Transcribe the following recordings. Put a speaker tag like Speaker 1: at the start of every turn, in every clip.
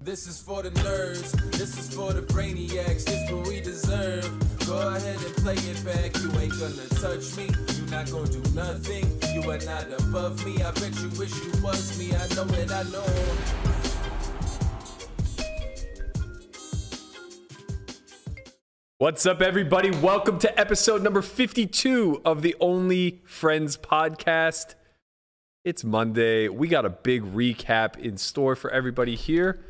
Speaker 1: This is for the nerds, this is for the brainiacs, this what we deserve. Go ahead and play it back, you ain't gonna touch me, you not gonna do nothing, you are not above me. I bet you wish you was me, I know it, I know.
Speaker 2: What's up, everybody? Welcome to episode number 52 of the Only Friends podcast. It's Monday. We got a big recap in store for everybody here.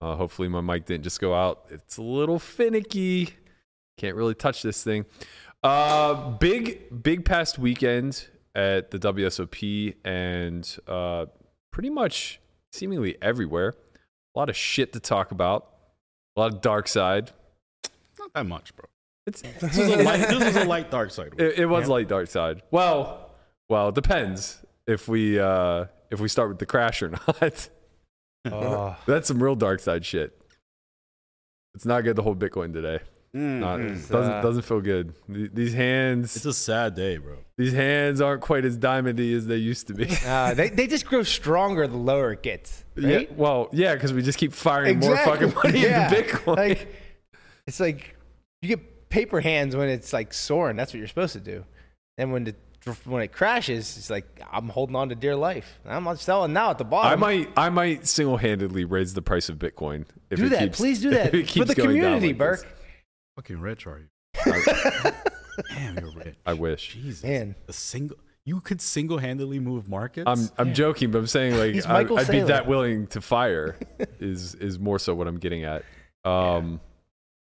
Speaker 2: Uh, hopefully, my mic didn't just go out. It's a little finicky. Can't really touch this thing. Uh, big, big past weekend at the WSOP and uh, pretty much seemingly everywhere. A lot of shit to talk about, a lot of dark side.
Speaker 3: Not that much, bro.
Speaker 2: It's,
Speaker 3: This is a light, this is a light dark side. week.
Speaker 2: It, it was like dark side. Well, well, it depends if we uh, if we start with the crash or not. That's some real dark side shit. It's not good to hold Bitcoin today.
Speaker 4: Mm,
Speaker 2: Not-
Speaker 4: uh,
Speaker 2: doesn't doesn't feel good. Th- These
Speaker 3: It's
Speaker 2: hands
Speaker 3: a sad day, bro.
Speaker 2: these hands aren't quite as diamondy as they used to be.
Speaker 4: Uh, they, they just grow stronger the lower it gets. Right?
Speaker 2: Yeah, well, yeah, because we just keep firing
Speaker 4: Exactly.
Speaker 2: more fucking money
Speaker 4: Yeah.
Speaker 2: into Bitcoin.
Speaker 4: Like, it's like you get paper hands when it's like soaring. That's what you're supposed to do. And when the when it crashes, it's like I'm holding on to dear life. I'm not selling now at the bottom.
Speaker 2: I might I might single handedly raise the price of Bitcoin. If
Speaker 4: do
Speaker 2: it
Speaker 4: that.
Speaker 2: keeps-
Speaker 4: Please do
Speaker 2: if
Speaker 4: that
Speaker 2: it
Speaker 4: for
Speaker 2: keeps
Speaker 4: the
Speaker 2: going down
Speaker 4: community,
Speaker 2: like
Speaker 4: Burke.
Speaker 2: this.
Speaker 3: Fucking rich are you? Damn, you're rich.
Speaker 2: I wish.
Speaker 3: Jesus.
Speaker 4: Man.
Speaker 3: A single, you could single-handedly move markets.
Speaker 2: I'm I'm joking, but I'm saying like
Speaker 4: He's
Speaker 2: I,
Speaker 4: Michael
Speaker 2: would be
Speaker 4: Saylor.
Speaker 2: that willing to fire is is more so what I'm getting at. Um,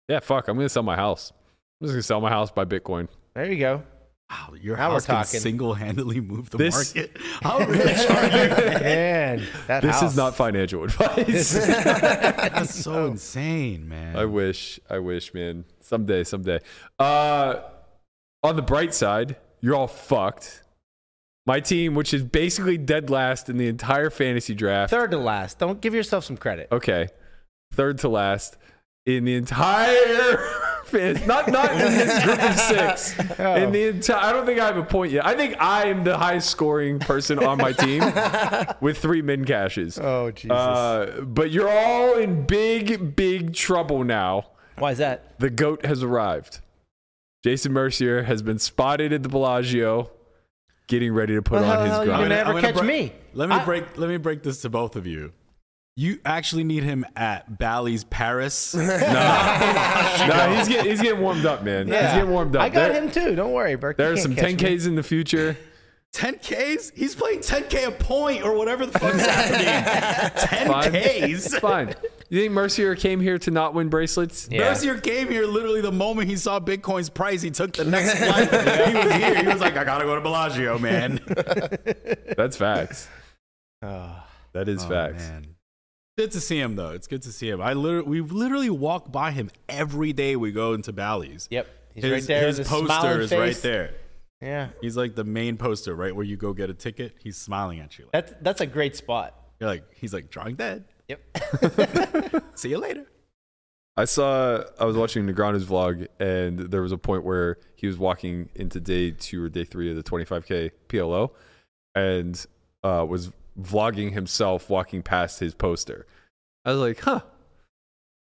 Speaker 2: yeah. fuck, I'm gonna sell my house. I'm just gonna sell my house by Bitcoin.
Speaker 4: There you go.
Speaker 3: wow, your
Speaker 4: Now we're
Speaker 3: house can
Speaker 4: talking.
Speaker 3: single-handedly move the
Speaker 2: This-
Speaker 3: market. How rich are you?
Speaker 4: Man, that
Speaker 2: This
Speaker 4: house.
Speaker 2: is not financial advice.
Speaker 3: That's so insane, man.
Speaker 2: I wish, I wish, man. Someday, someday. Uh, on the bright side, you're all fucked. My team, which is basically dead last in the entire fantasy draft,
Speaker 4: third to last. Don't give yourself some credit.
Speaker 2: okay, third to last in the entire fan- not not in this group of six
Speaker 4: Oh.
Speaker 2: in the entire. I don't think I have a point yet. I think I am the highest scoring person on my team with three min caches.
Speaker 4: Oh Jesus!
Speaker 2: Uh, but you're all in big, big trouble now.
Speaker 4: Why is that?
Speaker 2: The goat has arrived. Jason Mercier has been spotted at the Bellagio, getting ready to put
Speaker 4: Well,
Speaker 2: on
Speaker 4: how the
Speaker 2: his
Speaker 4: hell Oh, you
Speaker 2: grind.
Speaker 4: gonna ever catch
Speaker 3: bre-
Speaker 4: me.
Speaker 3: Let me
Speaker 4: I-
Speaker 3: break. Let me break this to both of you. You actually need him at Bally's Paris.
Speaker 2: no, he's getting he's getting warmed up, man. He's getting warmed up.
Speaker 4: I got
Speaker 2: There-
Speaker 4: him too. Don't worry, Burke.
Speaker 2: There are some 10Ks in the future.
Speaker 3: 10Ks? He's playing 10K a point or whatever the fuck's happening.
Speaker 2: Fine.
Speaker 3: 10Ks?
Speaker 2: Fine. You think Mercier came here to not win bracelets?
Speaker 4: Yeah.
Speaker 3: Mercier came here literally the moment he saw Bitcoin's price. He took the next flight. He was here. He was like, I gotta go to Bellagio, man.
Speaker 2: That's facts. That is facts.
Speaker 3: Oh, Man. Good to see him though. It's good to see him. I literally, we literally walk by him every day we go into Bally's.
Speaker 4: Yep, he's
Speaker 3: his,
Speaker 4: right there.
Speaker 3: His
Speaker 4: with a
Speaker 3: poster
Speaker 4: smiling
Speaker 3: is right
Speaker 4: face.
Speaker 3: there.
Speaker 4: Yeah,
Speaker 3: He's like the main poster, right where you go get a ticket. He's smiling at you. Like,
Speaker 4: that's that's a great spot.
Speaker 3: you're like, he's like drawing dead.
Speaker 4: Yep.
Speaker 3: See you later.
Speaker 2: I saw I was watching Negreanu's vlog and there was a point where he was walking into day two or day three of the 25k PLO and uh, was vlogging himself walking past his poster. I was like, huh,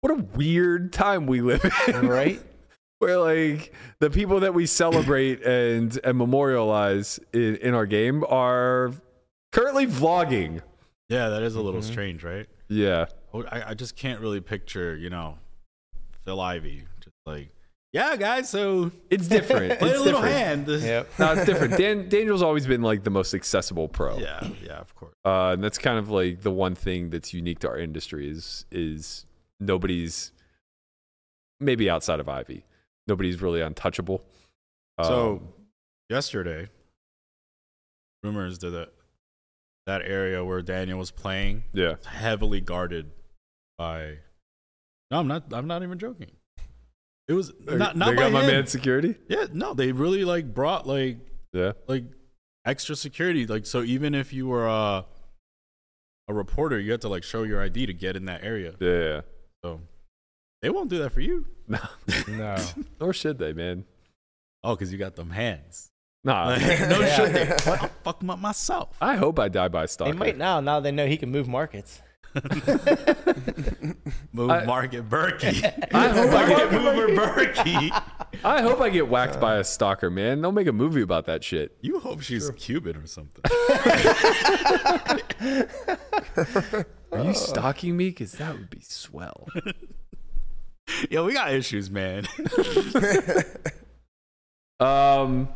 Speaker 2: what a weird time we live in.
Speaker 4: right?
Speaker 2: Where like the people that we celebrate and, and memorialize in, in our game are currently vlogging.
Speaker 3: Yeah, that is a
Speaker 4: Mm-hmm.
Speaker 3: little strange, right?
Speaker 2: Yeah.
Speaker 3: Oh, I, I just can't really picture, you know, Phil Ivey just like, yeah, guys. So
Speaker 2: It's different.
Speaker 3: play
Speaker 2: it's
Speaker 3: a little
Speaker 2: different.
Speaker 3: hand.
Speaker 4: Yep.
Speaker 2: No, it's different. Dan, Daniel's always been like the most accessible pro.
Speaker 3: Yeah, yeah, of course.
Speaker 2: Uh, and that's kind of like the one thing that's unique to our industry is is nobody's maybe outside of Ivy, nobody's really untouchable.
Speaker 3: So
Speaker 2: Um,
Speaker 3: yesterday, rumors that the, that area where Daniel was playing
Speaker 2: yeah,
Speaker 3: was heavily guarded by. No, I'm not. I'm not even joking. It was not not
Speaker 2: they
Speaker 3: by
Speaker 2: got my
Speaker 3: him.
Speaker 2: man security.
Speaker 3: Yeah, no, they really like brought like
Speaker 2: Yeah,
Speaker 3: like extra security. Like so, even if you were uh, a reporter, you had to like show your ID to get in that area.
Speaker 2: yeah, yeah.
Speaker 3: So they won't do that for you.
Speaker 2: No,
Speaker 4: No.
Speaker 2: nor should they, man.
Speaker 3: Oh, because you got them hands.
Speaker 2: Nah,
Speaker 3: no shit. They, I'll fuck 'em up myself.
Speaker 2: I hope I die by a
Speaker 4: They
Speaker 2: stalker.
Speaker 4: might now. Now they know he can move markets.
Speaker 3: Move
Speaker 2: I-
Speaker 3: Market Berkey.
Speaker 2: I hope I
Speaker 3: Market
Speaker 2: get-
Speaker 3: Mover Berkey.
Speaker 2: I hope I get whacked by a stalker, man. They'll make a movie about that shit.
Speaker 3: You hope she's Cuban or something.
Speaker 2: Are you stalking me? Because that would be swell.
Speaker 3: Yo, we got issues, man.
Speaker 2: Um,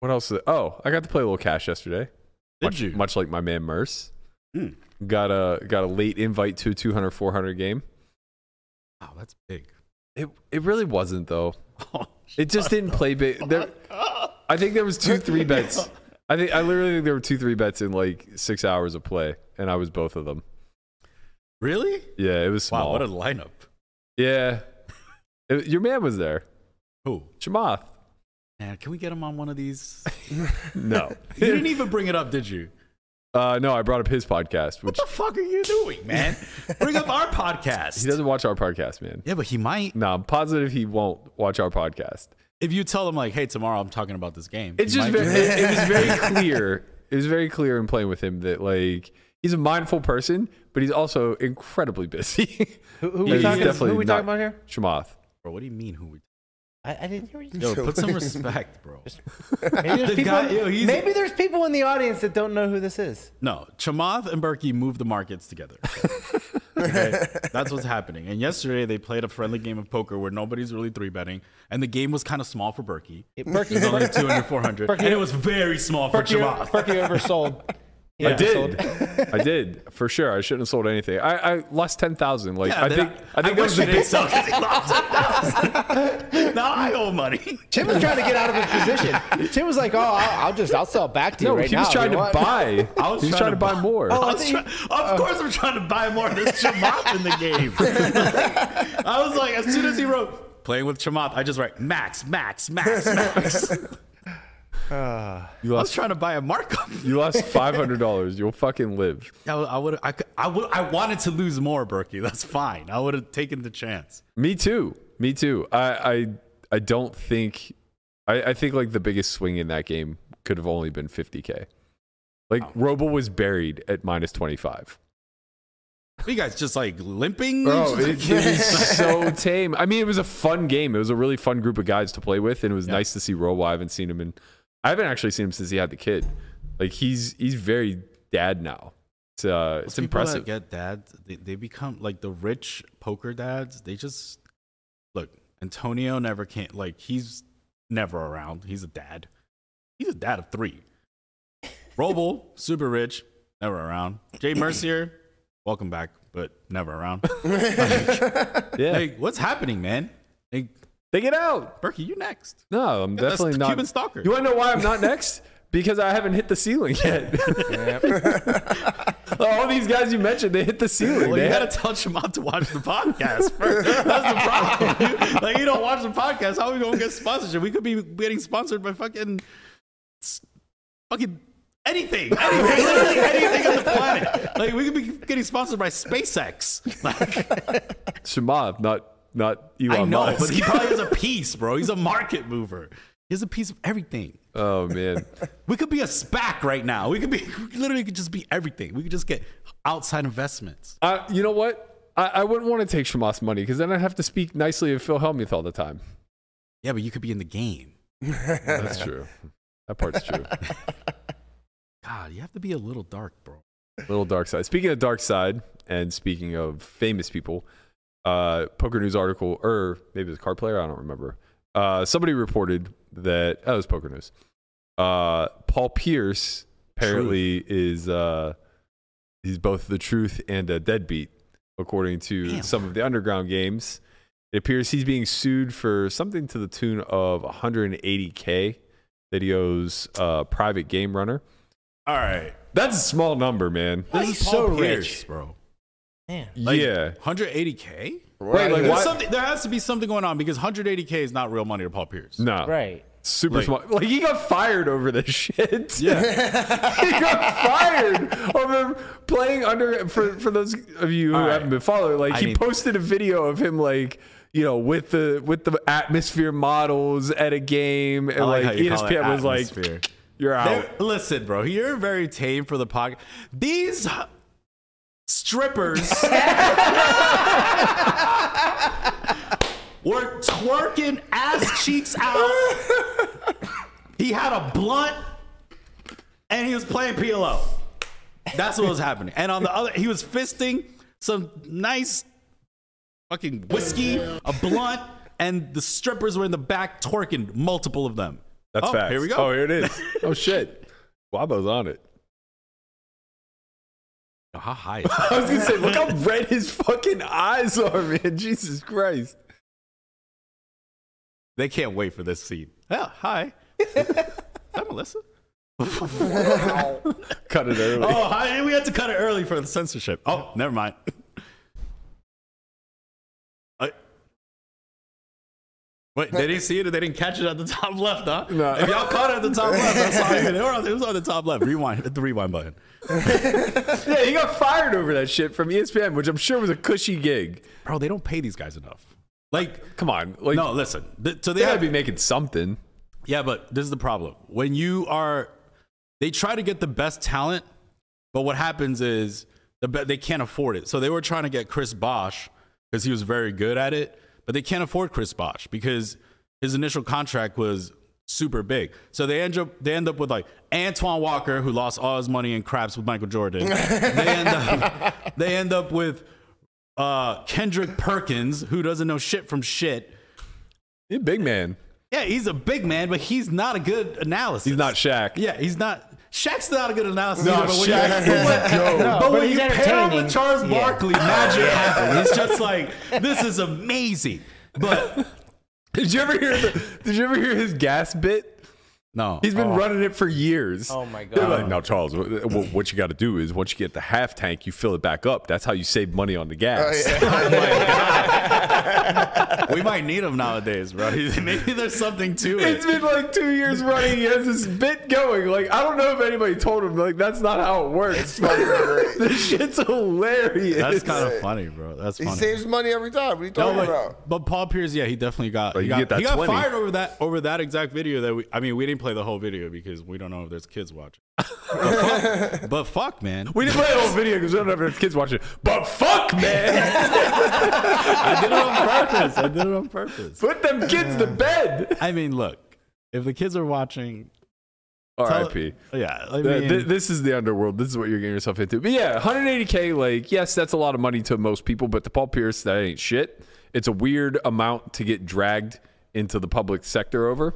Speaker 2: what else? Oh, I got to play a little cash yesterday.
Speaker 3: Did
Speaker 2: much,
Speaker 3: you?
Speaker 2: Much like my man Merce.
Speaker 3: Hmm.
Speaker 2: Got a got a late invite to a 200 400 game.
Speaker 3: Wow, that's big.
Speaker 2: It it really wasn't though.
Speaker 3: Oh,
Speaker 2: It just didn't play big. There, I think there was two three bets. I think I literally think there were two three bets in like six hours of play, and I was both of them.
Speaker 3: really?
Speaker 2: Yeah, it was small.
Speaker 3: Wow, what a lineup.
Speaker 2: yeah, It- your man was there,
Speaker 3: Who?
Speaker 2: Chamath.
Speaker 3: Man, can we get him on one of these?
Speaker 2: No,
Speaker 3: You didn't even bring it up, did you?
Speaker 2: Uh, no, I brought up his podcast,
Speaker 3: What
Speaker 2: which
Speaker 3: the fuck are you doing, man? bring up our podcast.
Speaker 2: he doesn't watch our podcast, man.
Speaker 3: Yeah, but he might.
Speaker 2: No, I'm positive he won't watch our podcast.
Speaker 3: If you tell him like, "Hey, tomorrow I'm talking about this game,"
Speaker 2: It's
Speaker 3: he
Speaker 2: just
Speaker 3: might
Speaker 2: very, it, it was very clear. It was very clear in playing with him that like he's a mindful person, but he's also incredibly busy.
Speaker 4: Who, who
Speaker 2: Yeah,
Speaker 4: we
Speaker 2: he's
Speaker 4: talking, who
Speaker 2: definitely
Speaker 4: we
Speaker 2: not-
Speaker 4: talking about here?
Speaker 2: Chamath.
Speaker 3: Bro, what do you mean? Who we?
Speaker 4: I, I didn't hear you.
Speaker 3: Yo, put some respect, bro.
Speaker 4: Maybe there's,
Speaker 3: The
Speaker 4: people,
Speaker 3: guy- yo, he's-
Speaker 4: maybe there's people in the audience that don't know who this is.
Speaker 3: No, Chamath and Berkey moved the markets together. Okay? That's what's happening. And yesterday they played a friendly game of poker where nobody's really three betting, and the game was kind of small for Berkey.
Speaker 4: It-
Speaker 3: It was only 200, 400, and it was very small for
Speaker 4: Berkey,
Speaker 3: Chamath.
Speaker 4: Berkey oversold. He
Speaker 2: I
Speaker 4: oversold.
Speaker 2: did. I did for sure. I shouldn't have sold anything. I, I lost ten thousand. Like
Speaker 3: Yeah,
Speaker 2: I
Speaker 3: then
Speaker 2: think I think that
Speaker 3: wish
Speaker 2: was
Speaker 3: you
Speaker 2: the day.
Speaker 3: didn't sell 'cause he lost $1,000. Now I owe money.
Speaker 4: Tim was trying to get out of his position. Tim was like, "Oh, I'll, I'll just I'll sell it back to you
Speaker 2: No,
Speaker 4: right
Speaker 2: he
Speaker 4: now."
Speaker 2: was
Speaker 4: if
Speaker 2: trying to
Speaker 4: you want."
Speaker 2: buy.
Speaker 3: I was
Speaker 2: he was trying to buy more.
Speaker 4: Oh,
Speaker 3: I was try- of course, I'm trying to buy more. There's Chamath in the game. I was like, as soon as he wrote playing with Chamath, I just write max, max, max, max.
Speaker 2: you
Speaker 3: I was
Speaker 2: lost.
Speaker 3: trying to buy a markup.
Speaker 2: You lost five hundred dollars. You'll fucking live,
Speaker 3: I, would- I would, I, could- I would, I wanted to lose more, Berkey. That's fine. I would have taken the chance.
Speaker 2: Me too. Me too. I I, I don't think. I, I think like the biggest swing in that game could have only been fifty k. Like Robo was buried at minus twenty five.
Speaker 3: What Are you guys just like limping?
Speaker 2: Bro,
Speaker 3: Just
Speaker 2: it,
Speaker 3: like-
Speaker 2: it was so tame. I mean, it was a fun game. It was a really fun group of guys to play with, and it was
Speaker 3: Yeah.
Speaker 2: nice to see Robo. I haven't seen him in. I haven't actually seen him since he had the kid. Like he's he's very dad now. It's uh, it's
Speaker 3: People
Speaker 2: impressive.
Speaker 3: That get dads, they, they become like the rich poker dads. They just look. Antonio never can't like he's never around. He's a dad. He's a dad of three. Roble, super rich, never around. Jay Mercier, welcome back, but never around.
Speaker 2: yeah,
Speaker 3: Like, what's happening, man? Like,
Speaker 2: they get out.
Speaker 3: Berkey, you next.
Speaker 2: No, I'm
Speaker 3: That's
Speaker 2: definitely
Speaker 3: the
Speaker 2: not.
Speaker 3: Cuban stalker.
Speaker 2: You want to know why I'm not next? Because I haven't hit the ceiling yet. All these guys you mentioned, they hit the ceiling.
Speaker 3: Well,
Speaker 2: they
Speaker 3: you
Speaker 2: had
Speaker 3: gotta tell Chamath to watch the podcast. first. That's the problem. like, you don't watch the podcast, how are we gonna get sponsorship? We could be getting sponsored by fucking, s- fucking anything, anything, literally anything on the planet. Like, we could be getting sponsored by SpaceX. Like,
Speaker 2: Shamav, not not Elon
Speaker 3: I know, but
Speaker 2: Musk.
Speaker 3: he probably has a piece, bro. He's a market mover. He has a piece of everything.
Speaker 2: oh man,
Speaker 3: We could be a SPAC right now. We could be, we literally could just be everything. We could just get outside investments.
Speaker 2: I, you know what? I, I wouldn't want to take Shamath's money because then I'd have to speak nicely of Phil Hellmuth all the time.
Speaker 3: Yeah, but you could be in the game.
Speaker 2: That's true. That part's true.
Speaker 3: God, you have to be a little dark, bro.
Speaker 2: Little dark side. Speaking of dark side, and speaking of famous people, uh, poker news article, or maybe it was card player, I don't remember. Uh, somebody reported that that was poker news. Uh, Paul Pierce apparently is uh, he's both the truth and a deadbeat, according to
Speaker 3: Damn.
Speaker 2: some of the underground games. It appears he's being sued for something to the tune of 180k that he owes uh, private game runner.
Speaker 3: All right.
Speaker 2: That's a small number, man.
Speaker 4: This
Speaker 3: This
Speaker 4: is
Speaker 3: is Paul
Speaker 4: so
Speaker 3: Pierce,
Speaker 4: rich.
Speaker 3: bro.
Speaker 4: Man,
Speaker 3: Like,
Speaker 2: yeah.
Speaker 3: 180K?
Speaker 2: Wait, like,
Speaker 3: There's
Speaker 2: why-
Speaker 3: something, there has to be something going on because 180K is not real money to Paul Pierce.
Speaker 2: No.
Speaker 4: right?
Speaker 2: Super
Speaker 3: Like-
Speaker 2: smart. Like he got fired over this shit. Yeah. he got fired over playing under for for those of you who
Speaker 3: All right.
Speaker 2: haven't been following. Like
Speaker 3: I
Speaker 2: he
Speaker 3: need-
Speaker 2: posted a video of him like you know with the with the atmosphere models at a game and
Speaker 3: I
Speaker 2: like, E
Speaker 3: how you call it
Speaker 2: ESPN was like
Speaker 3: atmosphere.
Speaker 2: you're out.
Speaker 3: They're- listen, bro, you're very tame for the podcast. These strippers were twerking ass cheeks out. He had a blunt and he was playing PLO. That's what was happening. And on the other, he was fisting some nice fucking whiskey, a blunt, and the strippers were in the back twerking, multiple of them.
Speaker 2: That's
Speaker 3: Oh,
Speaker 2: facts.
Speaker 3: Here we go.
Speaker 2: Oh, here it is. Oh shit. Wabo's on it.
Speaker 3: How high? is
Speaker 2: I was gonna say, look how red his fucking eyes are, man. Jesus Christ.
Speaker 3: They can't wait for this scene. Oh, hi. hi, Melissa.
Speaker 2: Cut it early.
Speaker 3: Oh, hi. We had to cut it early for the censorship. Oh, never mind. I- Wait, they didn't see it or they didn't catch it at the top left, huh?
Speaker 2: No.
Speaker 3: If y'all caught it at the top left, that's all you- they were on- It was on the top left. Rewind. Hit the rewind button.
Speaker 2: Yeah, he got fired over that shit from E ESPN, which I'm sure was a cushy gig.
Speaker 3: Bro, they don't pay these guys enough. Like,
Speaker 2: Come on. Like
Speaker 3: no, listen. Th- so
Speaker 2: they
Speaker 3: they
Speaker 2: gotta
Speaker 3: have
Speaker 2: be making something.
Speaker 3: Yeah, but this is the problem. When you are, they try to get the best talent, but what happens is the be- they can't afford it. So they were trying to get Chris Bosch because he was very good at it, but they can't afford Chris Bosch because his initial contract was super big. So they end up they end up with like Antoine Walker who lost all his money in craps with Michael Jordan. they end up they end up with uh, Kendrick Perkins who doesn't know shit from shit.
Speaker 2: He's a big man.
Speaker 3: Yeah, he's a big man, but he's not a good analysis.
Speaker 2: He's not Shaq.
Speaker 3: Yeah, he's not. Shaq's not a good analysis.
Speaker 2: No,
Speaker 3: either, but when
Speaker 2: Shaq
Speaker 3: you- but
Speaker 2: is
Speaker 3: when-
Speaker 2: dope.
Speaker 3: but,
Speaker 2: No,
Speaker 4: but
Speaker 3: when
Speaker 4: he's
Speaker 3: you pair him
Speaker 4: entertaining.
Speaker 3: with Charles
Speaker 4: Yeah.
Speaker 3: Barkley, magic happens. It's just like this is amazing. But
Speaker 2: Did you ever hear the, did you ever hear his gas bit?
Speaker 3: no,
Speaker 2: He's been running it for years.
Speaker 4: Oh, my
Speaker 2: They're
Speaker 4: God.
Speaker 2: like, now, Charles, wh- wh- what you got to do is once you get the half tank, you fill it back up. That's how you save money on the gas.
Speaker 3: Oh, we might need him nowadays, bro. Maybe there's something to
Speaker 2: It's
Speaker 3: it.
Speaker 2: been like two years running. He has this bit going. Like I don't know if anybody told him. Like that's not how it works.
Speaker 5: It's funny, right?
Speaker 2: this shit's hilarious.
Speaker 3: That's kind of funny, bro. That's
Speaker 5: He
Speaker 3: funny.
Speaker 5: saves money every time. What are you
Speaker 3: No,
Speaker 5: talking
Speaker 3: but,
Speaker 5: about?
Speaker 3: but Paul Pierce, yeah, he definitely got.
Speaker 2: But
Speaker 3: he
Speaker 2: you
Speaker 3: got,
Speaker 2: get that
Speaker 3: he got
Speaker 2: 20.
Speaker 3: fired over that over that exact video that we. I mean, we didn't play the whole video because we don't know if there's kids watching. but, fuck, but fuck, man,
Speaker 2: we didn't play the whole video because we don't have enough kids watching. it. But fuck, man,
Speaker 3: I did it on purpose. I did it on purpose.
Speaker 2: put them kids to bed.
Speaker 3: I mean, look, if the kids are watching, tell-
Speaker 2: R.I.P.
Speaker 3: Yeah, I
Speaker 2: Th-
Speaker 3: mean,
Speaker 2: th- this is the underworld. This is what you're getting yourself into. But yeah, 180k. Like, yes, that's a lot of money to most people, but to Paul Pierce, that ain't shit. It's a weird amount to get dragged into the public sector over.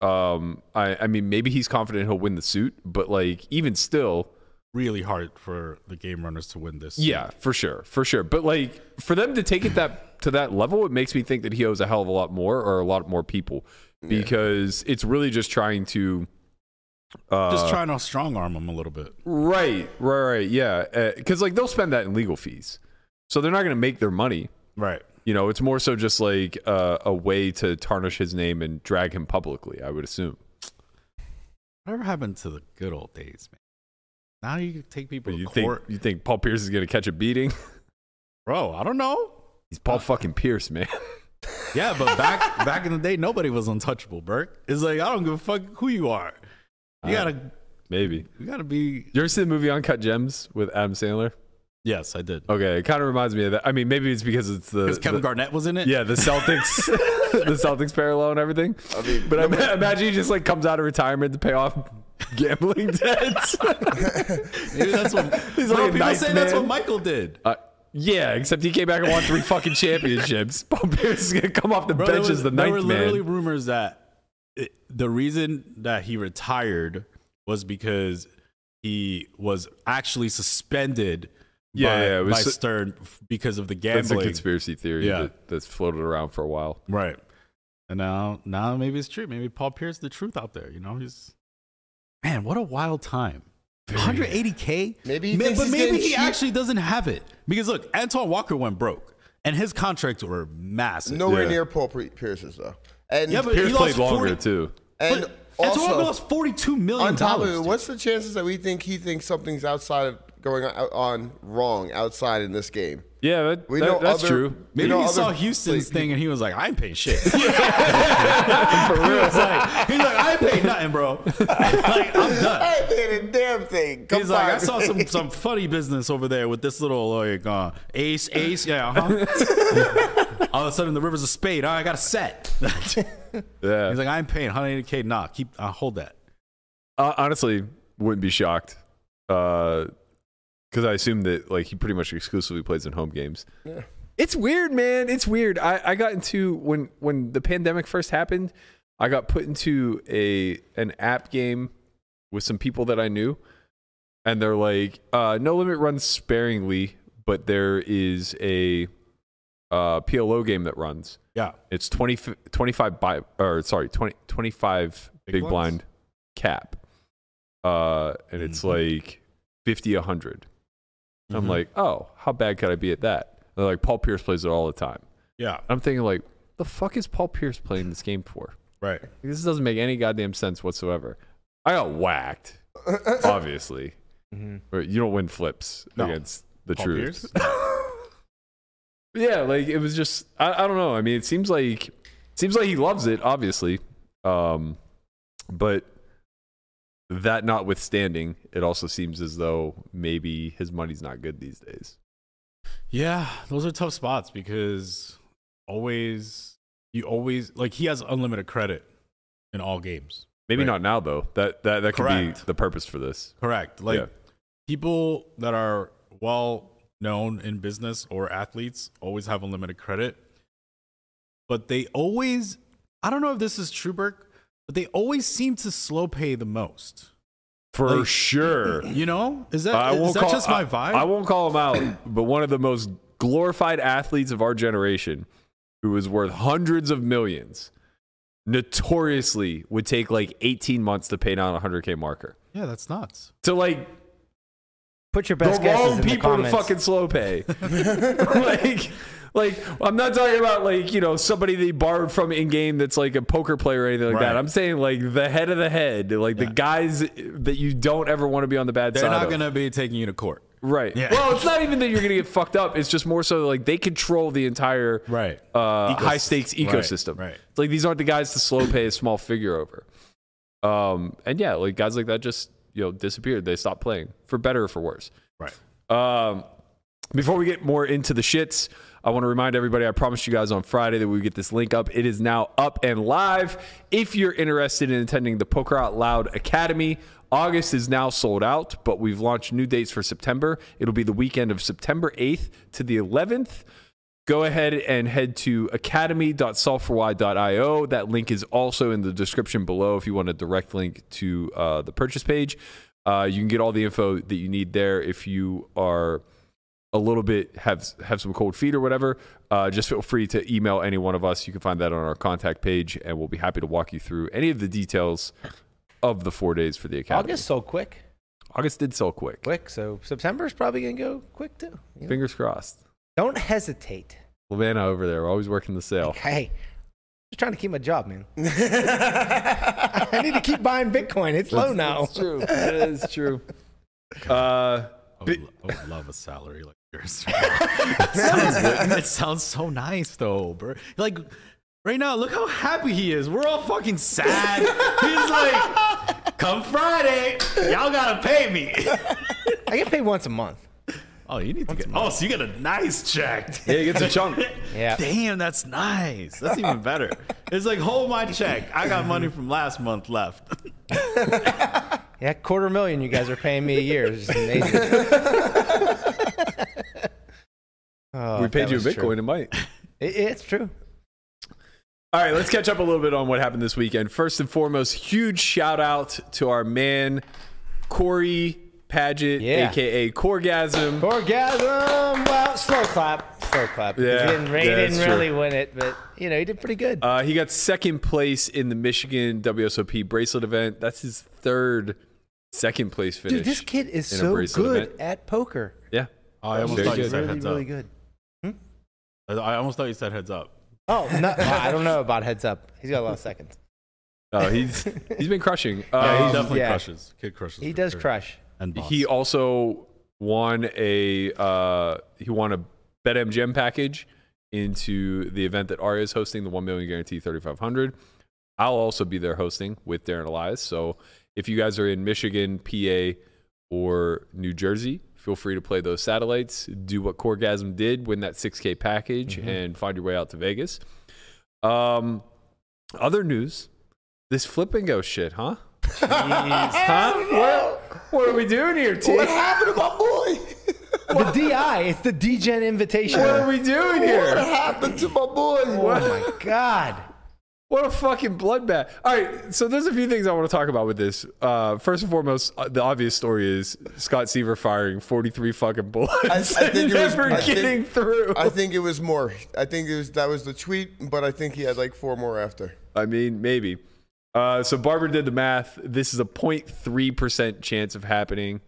Speaker 2: Um, I, I mean, maybe he's confident he'll win the suit, but like, even still,
Speaker 3: really hard for the game runners to win this.
Speaker 2: yeah, for sure, for sure. But like, for them to take it that to that level, it makes me think that he owes a hell of a lot more or a lot more people because it's really just trying to.
Speaker 3: just
Speaker 2: Uh,
Speaker 3: trying to strong arm them a little bit.
Speaker 2: Right, right, right. Yeah, because like they'll spend that in legal fees, so they're not going to make their money.
Speaker 3: Right.
Speaker 2: You know, it's more so just like uh, a way to tarnish his name and drag him publicly. I would assume.
Speaker 3: Whatever happened to the good old days, man? Now you take people
Speaker 2: But you
Speaker 3: to court,
Speaker 2: think you think Paul Pierce is going to catch a beating?
Speaker 3: bro. I don't know.
Speaker 2: He's Paul fucking Pierce, man.
Speaker 3: Yeah, but back back in the day, nobody was untouchable, Burke. It's like I don't give a fuck who you are. You
Speaker 2: Uh,
Speaker 3: gotta
Speaker 2: Maybe.
Speaker 3: you gotta be.
Speaker 2: You ever see the movie Uncut Gems with Adam Sandler?
Speaker 3: Yes, I did.
Speaker 2: Okay, it kind of reminds me of that. I mean, maybe it's because it's the
Speaker 3: Because Kevin
Speaker 2: the-
Speaker 3: Garnett was in it.
Speaker 2: Yeah, the Celtics, the Celtics parallel and everything.
Speaker 5: I mean,
Speaker 2: But I ma- imagine he just like comes out of retirement to pay off gambling debts.
Speaker 3: Maybe that's what.
Speaker 2: He's
Speaker 3: Bro,
Speaker 2: like a
Speaker 3: people
Speaker 2: ninth
Speaker 3: say that's
Speaker 2: man.
Speaker 3: what Michael did.
Speaker 2: Uh, yeah, except he came back and won three fucking championships. Paul Pierce is gonna come off the bench
Speaker 3: there
Speaker 2: as the
Speaker 3: was- There
Speaker 2: ninth
Speaker 3: were literally
Speaker 2: man.
Speaker 3: rumors that it, the reason that he retired was because he was actually suspended
Speaker 2: Yeah,
Speaker 3: by,
Speaker 2: yeah, it was
Speaker 3: by
Speaker 2: so-
Speaker 3: Stern f- because of the
Speaker 2: That's a
Speaker 3: gambling.
Speaker 2: conspiracy theory
Speaker 3: Yeah.
Speaker 2: that, that's floated around for a while.
Speaker 3: Right. And now, now maybe it's true. Maybe Paul Pierce the truth out there. You know, he's man. What a wild time. 180k.
Speaker 5: Maybe he
Speaker 3: Ma-
Speaker 5: thinks
Speaker 3: but
Speaker 5: he's
Speaker 3: maybe
Speaker 5: getting
Speaker 3: he
Speaker 5: cheap.
Speaker 3: actually doesn't have it because look, Anton Walker went broke, and his contracts were massive.
Speaker 5: Nowhere
Speaker 2: Yeah.
Speaker 5: near Paul Pre- Pierce's though. And
Speaker 3: Yeah, but
Speaker 2: Pierce
Speaker 3: he
Speaker 2: played
Speaker 3: lost
Speaker 2: longer
Speaker 3: 40
Speaker 2: too.
Speaker 5: and
Speaker 3: But Antoine Walker
Speaker 5: also
Speaker 3: lost forty-two million
Speaker 5: on top of
Speaker 3: dollars.
Speaker 5: it, what's the chances that we think he thinks something's outside of going on, on wrong outside in this game?
Speaker 2: Yeah, that,
Speaker 5: We
Speaker 2: that-
Speaker 5: know
Speaker 2: that's
Speaker 5: other-
Speaker 2: true.
Speaker 5: we
Speaker 3: Maybe
Speaker 5: know
Speaker 3: he
Speaker 5: other-
Speaker 3: saw Houston's
Speaker 5: like,
Speaker 3: thing and he was like, I ain't paying shit. For real. He's like, he's like, I ain't paying nothing, bro. like, I'm done.
Speaker 5: I did a damn thing. Come
Speaker 3: He's like, I
Speaker 5: find
Speaker 3: saw
Speaker 5: me."
Speaker 3: some some funny business over there with this little like uh, ace, ace, yeah. Uh-huh. All of a sudden, the river's a spade. All right, I got a set. He's
Speaker 2: Yeah,
Speaker 3: like, I'm paying 180k. Nah, keep. Uh, hold that.
Speaker 2: Uh, honestly, wouldn't be shocked. Because I assume that like he pretty much exclusively plays in home games. It's weird, man. It's weird. I, I got into when when the pandemic first happened, I got put into a an app game with some people that I knew, and they're like, uh, "No limit runs sparingly, but there is a uh, PLO game that runs."
Speaker 3: Yeah.
Speaker 2: It's 20, 25 by, or sorry, 20, 25 big,
Speaker 3: Big ones?
Speaker 2: blind cap. Uh, and it's like 50, 100. I'm like, oh, how bad could I be at that? They're like, Paul Pierce plays it all the time.
Speaker 3: Yeah.
Speaker 2: I'm thinking, like, the fuck is Paul Pierce playing this game for?
Speaker 3: Right.
Speaker 2: Like, This doesn't make any goddamn sense whatsoever. I got whacked, obviously. But You don't win flips
Speaker 3: No.
Speaker 2: against the
Speaker 3: Mm-hmm. Paul
Speaker 2: truth.
Speaker 3: Pierce?
Speaker 2: Yeah, like it was just I, I don't know. I mean, it seems like seems like he loves it, obviously. Um, but that notwithstanding, it also seems as though maybe his money's not good these days.
Speaker 3: Yeah, those are tough spots because always you always like he has unlimited credit in all games.
Speaker 2: Maybe
Speaker 3: Right.
Speaker 2: not now though. That that that could be
Speaker 3: Correct.
Speaker 2: the purpose for this.
Speaker 3: Correct. Like
Speaker 2: Yeah.
Speaker 3: people that are well known in business or athletes always have unlimited credit. But they always I don't know if this is true, Burke, but they always seem to slow pay the most.
Speaker 2: For
Speaker 3: Like-
Speaker 2: sure.
Speaker 3: You know? Is that
Speaker 2: I
Speaker 3: is
Speaker 2: won't
Speaker 3: that
Speaker 2: call
Speaker 3: just
Speaker 2: I-
Speaker 3: my vibe?
Speaker 2: I won't call him out, but one of the most glorified athletes of our generation, who is worth hundreds of millions, notoriously would take like 18 months to pay down a 100k marker.
Speaker 3: yeah, that's nuts.
Speaker 2: So like
Speaker 4: Put your best
Speaker 2: the
Speaker 4: guesses
Speaker 2: wrong
Speaker 4: in the
Speaker 2: people to
Speaker 4: comments.
Speaker 2: fucking slow pay. like, like I'm not talking about like you know somebody they borrowed from in game that's like a poker player or anything like that.
Speaker 3: Right.
Speaker 2: I'm saying like the head of the head, like the guys that you don't ever want to be on the bad
Speaker 3: They're
Speaker 2: side.
Speaker 3: not
Speaker 2: of.
Speaker 3: gonna be taking you to court.
Speaker 2: Right.
Speaker 3: Yeah.
Speaker 2: Well, it's not even that you're gonna get fucked up. It's just more so like they control the entire
Speaker 3: Right.
Speaker 2: uh,
Speaker 3: Ecosystem.
Speaker 2: high stakes
Speaker 3: Right,
Speaker 2: ecosystem.
Speaker 3: right.
Speaker 2: It's like these aren't the guys to slow pay a small figure over. Um, and yeah, like guys like that just you know disappeared. They stopped playing for better or for worse.
Speaker 3: Right.
Speaker 2: Um, before we get more into the shits, I want to remind everybody I promised you guys on Friday that we would get this link up. It is now up and live. If you're interested in attending the Poker Out Loud Academy, August is now sold out, but we've launched new dates for September. It'll be the weekend of September 8th to the 11th go ahead and head to academy.solvefory.io. That link is also in the description below if you want a direct link to uh, the purchase page. Uh, you can get all the info that you need there if you are a little bit have have some cold feet or whatever uh, just feel free to email any one of us you can find that on our contact page and we'll be happy to walk you through any of the details of the four days for the academy
Speaker 4: August sold quick,
Speaker 2: august did sell quick
Speaker 4: quick. So September's probably gonna go quick too. You know?
Speaker 2: fingers crossed
Speaker 4: Don't hesitate.
Speaker 2: Lavanna over there always working the sale
Speaker 4: Hey, just trying to keep my job, man. I need to keep buying Bitcoin. It's low now.
Speaker 2: It's true. That is true. Uh,
Speaker 3: I
Speaker 2: Bi-
Speaker 3: would, lo- I would love a salary like yours. it, sounds, it sounds so nice though, bro. Like right now, look how happy he is. We're all fucking sad. He's like, come Friday, y'all gotta pay me.
Speaker 4: I get paid once a month.
Speaker 3: Oh, you need to get. Oh, so you got a nice check.
Speaker 2: yeah, he gets a chunk.
Speaker 4: Yeah.
Speaker 3: Damn, that's nice. That's even better. It's like, hold my check. I got money from last month left.
Speaker 4: Yeah, quarter million you guys are paying me a year. It's just amazing. Oh,
Speaker 2: we
Speaker 4: that
Speaker 2: paid you in
Speaker 4: was
Speaker 2: Bitcoin.
Speaker 4: true.
Speaker 2: It might.
Speaker 4: It- it's true.
Speaker 2: All right, let's catch up a little bit on what happened this weekend. First and foremost, huge shout out to our man Corey Paget,
Speaker 4: Yeah.
Speaker 2: aka Corgasm.
Speaker 4: Orgasm. Well, slow clap. Slow clap.
Speaker 2: Yeah,
Speaker 4: He didn't, he
Speaker 2: yeah,
Speaker 4: didn't
Speaker 2: that's
Speaker 4: really win it, but you know he did pretty good.
Speaker 2: Uh, he got second place in the Michigan WSOP bracelet event. That's his third second place finish.
Speaker 4: Dude, this kid is
Speaker 2: in a
Speaker 4: so
Speaker 2: bracelet
Speaker 4: good
Speaker 2: event.
Speaker 4: at poker.
Speaker 2: yeah.
Speaker 3: I
Speaker 2: Oh, almost Very thought you good. said
Speaker 4: Really, really good.
Speaker 3: I almost thought you said heads up.
Speaker 4: Oh, no, I don't know about heads up. He's got a lot of seconds.
Speaker 2: Uh, he's he's been crushing.
Speaker 3: Yeah,
Speaker 2: Um,
Speaker 3: he Uh, definitely
Speaker 4: yeah.
Speaker 3: crushes. Kid crushes.
Speaker 4: He
Speaker 3: for
Speaker 4: does
Speaker 3: sure.
Speaker 4: crush.
Speaker 3: And boss.
Speaker 2: He also won a uh, he won a BetMGM package into the event that Aria is hosting, the 1 million guarantee 3500. I'll also be there hosting with Darren Elias. So if you guys are in Michigan, PA, or New Jersey, feel free to play those satellites. Do what Corgasm did, win that 6K package, and find your way out to Vegas. Um, other news this flip and go shit, huh? huh? What, what are we doing here, T?
Speaker 5: What happened to my boy?
Speaker 4: The DI, it's the DGen invitation.
Speaker 2: What are we doing here?
Speaker 5: What happened to my boy?
Speaker 4: Oh my god.
Speaker 2: What a fucking bloodbath. All right, so there's a few things I want to talk about with this. Uh, first and foremost, uh, the obvious story is Scott Seaver firing 43 fucking bullets
Speaker 5: I
Speaker 2: and
Speaker 5: think it was-
Speaker 2: never
Speaker 5: I think-
Speaker 2: getting through.
Speaker 5: I think it was more. I think it was that was the tweet, but I think he had like four more after.
Speaker 2: I mean, maybe. Uh, so Barber did the math. This is a 0.3% chance of happening.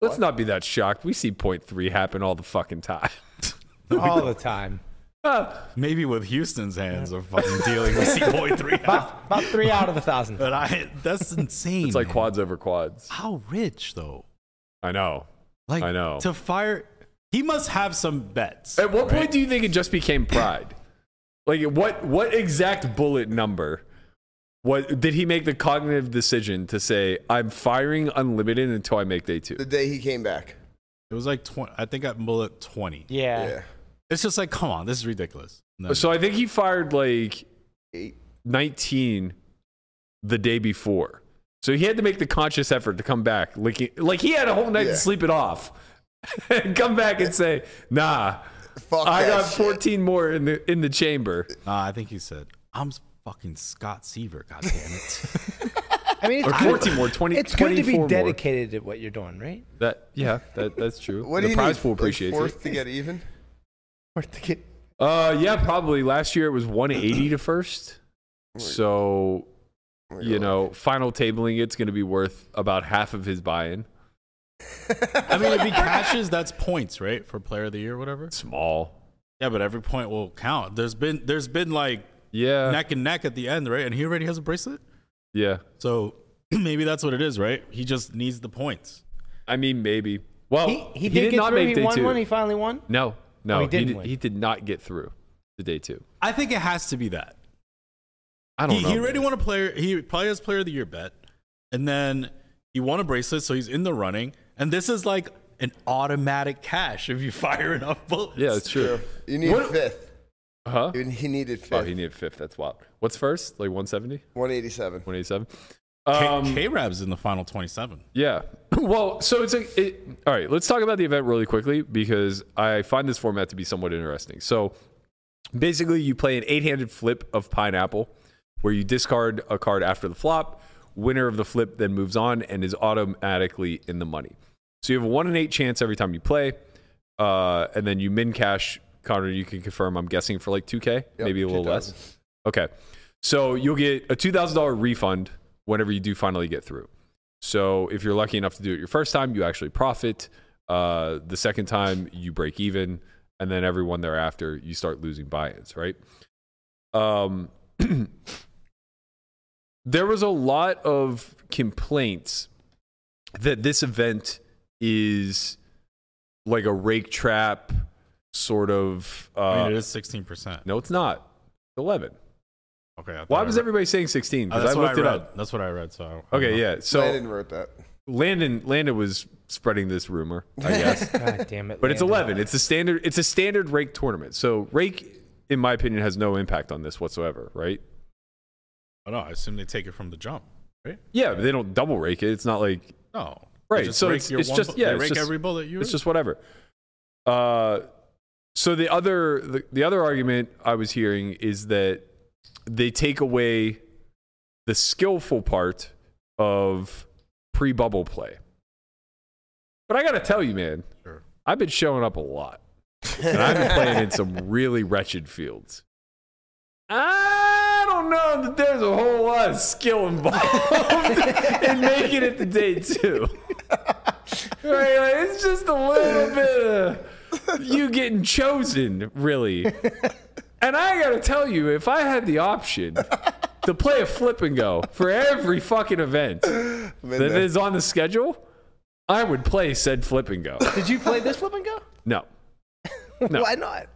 Speaker 2: Let's not be that shocked. We see 0.3 happen all the fucking time.
Speaker 4: All the time.
Speaker 3: Maybe with Houston's hands are fucking dealing with C.3.
Speaker 4: About, about three out of a thousand.
Speaker 3: But I, that's insane.
Speaker 2: It's like
Speaker 3: man.
Speaker 2: quads over quads.
Speaker 3: How rich though?
Speaker 2: I know.
Speaker 3: Like
Speaker 2: I know.
Speaker 3: to fire. He must have some bets.
Speaker 2: At what point do you think it just became pride? like what what exact bullet number? What did he make the cognitive decision to say I'm firing unlimited until I make day 2?
Speaker 5: The day he came back.
Speaker 3: It was like twenty. I think I bullet twenty.
Speaker 5: Yeah.
Speaker 4: Yeah.
Speaker 3: It's just like, come on, this is ridiculous. No.
Speaker 2: So I think he fired like
Speaker 5: Eight.
Speaker 2: 19 the day before. So he had to make the conscious effort to come back licking, like he had a whole night
Speaker 5: Yeah.
Speaker 2: to sleep it off. and come back and say, "Nah,
Speaker 5: Fuck
Speaker 2: I
Speaker 5: that
Speaker 2: got
Speaker 5: shit.
Speaker 2: 14 more in the in the chamber."
Speaker 3: Nah, I think he said, "I'm fucking Scott Seaver." God damn it.
Speaker 4: I mean, it's
Speaker 2: Or
Speaker 4: good-
Speaker 2: 14 more, 20
Speaker 4: It's good to
Speaker 2: 24
Speaker 4: be
Speaker 2: more.
Speaker 4: dedicated to what you're doing, right?
Speaker 2: That yeah, that, that's true.
Speaker 5: What
Speaker 2: the
Speaker 5: do you
Speaker 2: prize
Speaker 5: need?
Speaker 2: pool
Speaker 5: Like,
Speaker 2: appreciates it.
Speaker 5: fourth to get even.
Speaker 4: Or to get-
Speaker 2: Uh, yeah, probably. Last year it was 180 to first.
Speaker 5: Oh
Speaker 2: So, you know, final tabling it's going to be worth about half of his buy-in.
Speaker 3: I mean, if he cashes, that's points, right, for Player of the Year, or whatever.
Speaker 2: Small.
Speaker 3: Yeah, but every point will count. There's been there's been like
Speaker 2: Yeah.
Speaker 3: neck and neck at the end, right? And he already has a bracelet,
Speaker 2: yeah.
Speaker 3: so maybe that's what it is, right? He just needs the points.
Speaker 2: I mean, maybe. Well,
Speaker 4: he,
Speaker 2: Oh. he,
Speaker 4: he did, get
Speaker 2: not
Speaker 4: through.
Speaker 2: make
Speaker 4: he
Speaker 2: day
Speaker 4: won
Speaker 2: two.
Speaker 4: one. He finally won.
Speaker 2: No, no,
Speaker 4: Oh, he
Speaker 2: he,
Speaker 4: didn't
Speaker 2: did,
Speaker 4: win.
Speaker 2: he did not get through the day two.
Speaker 3: I think it has to be that.
Speaker 2: I don't
Speaker 3: He,
Speaker 2: know.
Speaker 3: he already
Speaker 2: man.
Speaker 3: won a player. He probably has Player of the Year bet, and then he won a bracelet, so he's in the running. And this is like an automatic cash if you fire enough bullets.
Speaker 2: Yeah, it's true.
Speaker 5: You need
Speaker 2: What-
Speaker 5: fifth.
Speaker 2: Huh?
Speaker 5: You- He needed fifth.
Speaker 2: Oh, he needed fifth. That's wild. What's first? Like 170?
Speaker 5: 187.
Speaker 2: 187? um,
Speaker 3: K- K Rab's in the final 27.
Speaker 2: Yeah. Well, so it's a. It, all right, let's talk about the event really quickly because I find this format to be somewhat interesting. So basically, you play an eight handed flip of pineapple where you discard a card after the flop. Winner of the flip then moves on and is automatically in the money. So you have a one in eight chance every time you play. Uh, and then you min cash. Connor, you can confirm, I'm guessing for like 2K, maybe a little less. Okay. So you'll get a $2,000 refund whenever you do finally get through. So if you're lucky enough to do it your first time, you actually profit. Uh, the second time, you break even, and then everyone thereafter, you start losing buy-ins, right? Um, there was a lot of complaints that this event is like a rake trap sort of. Uh,
Speaker 3: I mean, it is 16%.
Speaker 2: no, it's not. Eleven.
Speaker 3: Okay. I thought
Speaker 2: Why
Speaker 3: I
Speaker 2: was
Speaker 3: read-
Speaker 2: everybody saying sixteen?
Speaker 3: Oh,
Speaker 2: Because
Speaker 3: that's
Speaker 2: I
Speaker 3: what
Speaker 2: looked
Speaker 3: I
Speaker 2: it
Speaker 3: read.
Speaker 2: up.
Speaker 3: That's what I read. Uh-huh. So I don't- I don't
Speaker 2: Okay,
Speaker 3: know.
Speaker 2: yeah. So
Speaker 5: Landon wrote that.
Speaker 2: Landon Landon was spreading this rumor, I guess.
Speaker 4: God damn it!
Speaker 2: but it's
Speaker 4: Landon.
Speaker 2: 11. It's a standard it's a standard rake tournament. So rake in my opinion has no impact on this whatsoever, right?
Speaker 3: Oh, no, I assume they take it from the jump, right?
Speaker 2: Yeah, but they don't double rake it. It's not like
Speaker 3: No. They
Speaker 2: Right,
Speaker 3: just
Speaker 2: so
Speaker 3: rake
Speaker 2: it's-
Speaker 3: your
Speaker 2: it's
Speaker 3: one
Speaker 2: just-
Speaker 3: bu-
Speaker 2: yeah,
Speaker 3: They
Speaker 2: it's
Speaker 3: rake
Speaker 2: just-
Speaker 3: every bullet you.
Speaker 2: it's
Speaker 3: hit.
Speaker 2: just whatever. Uh, so the other the, the other argument I was hearing is that they take away the skillful part of pre bubble play. But I gotta tell you, man,
Speaker 3: Sure.
Speaker 2: I've been showing up a lot, and I've been playing in some really wretched fields. I don't know that there's a whole lot of skill involved in making it to day two. Right, like, it's just a little bit of you getting chosen, really. And I gotta tell you, if I had the option to play a flip and go for every fucking event that
Speaker 5: I'm in there.
Speaker 2: is on the schedule, I would play said flip and go.
Speaker 4: Did you play this flip and go?
Speaker 2: No. No.
Speaker 4: Why not?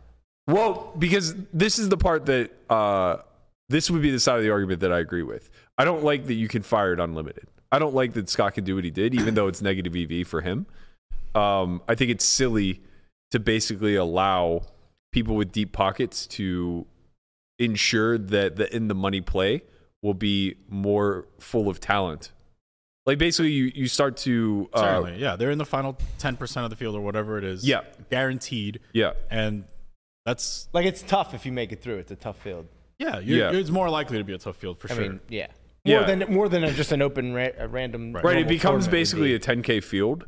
Speaker 2: Well, because this is the part that uh, this would be the side of the argument that I agree with. I don't like that you can fire it unlimited. I don't like that Scott can do what he did, even though it's negative EV for him. Um, I think it's silly to basically allow people with deep pockets to ensure that the in the money play will be more full of talent. Like basically, you you start to uh,
Speaker 3: Certainly, yeah. They're in the final ten percent of the field or whatever it is.
Speaker 2: Yeah.
Speaker 3: guaranteed.
Speaker 2: yeah
Speaker 3: And that's
Speaker 4: Like it's tough if you make it through. It's a tough field.
Speaker 3: yeah, you're,
Speaker 2: Yeah.
Speaker 3: It's more likely to be a tough field for
Speaker 4: I
Speaker 3: sure.
Speaker 4: mean, yeah. More
Speaker 2: Yeah.
Speaker 4: than more than a, just an open ra- a random.
Speaker 2: Right, it
Speaker 4: normal
Speaker 2: becomes
Speaker 4: tournament would
Speaker 2: basically
Speaker 4: be.
Speaker 2: a 10k field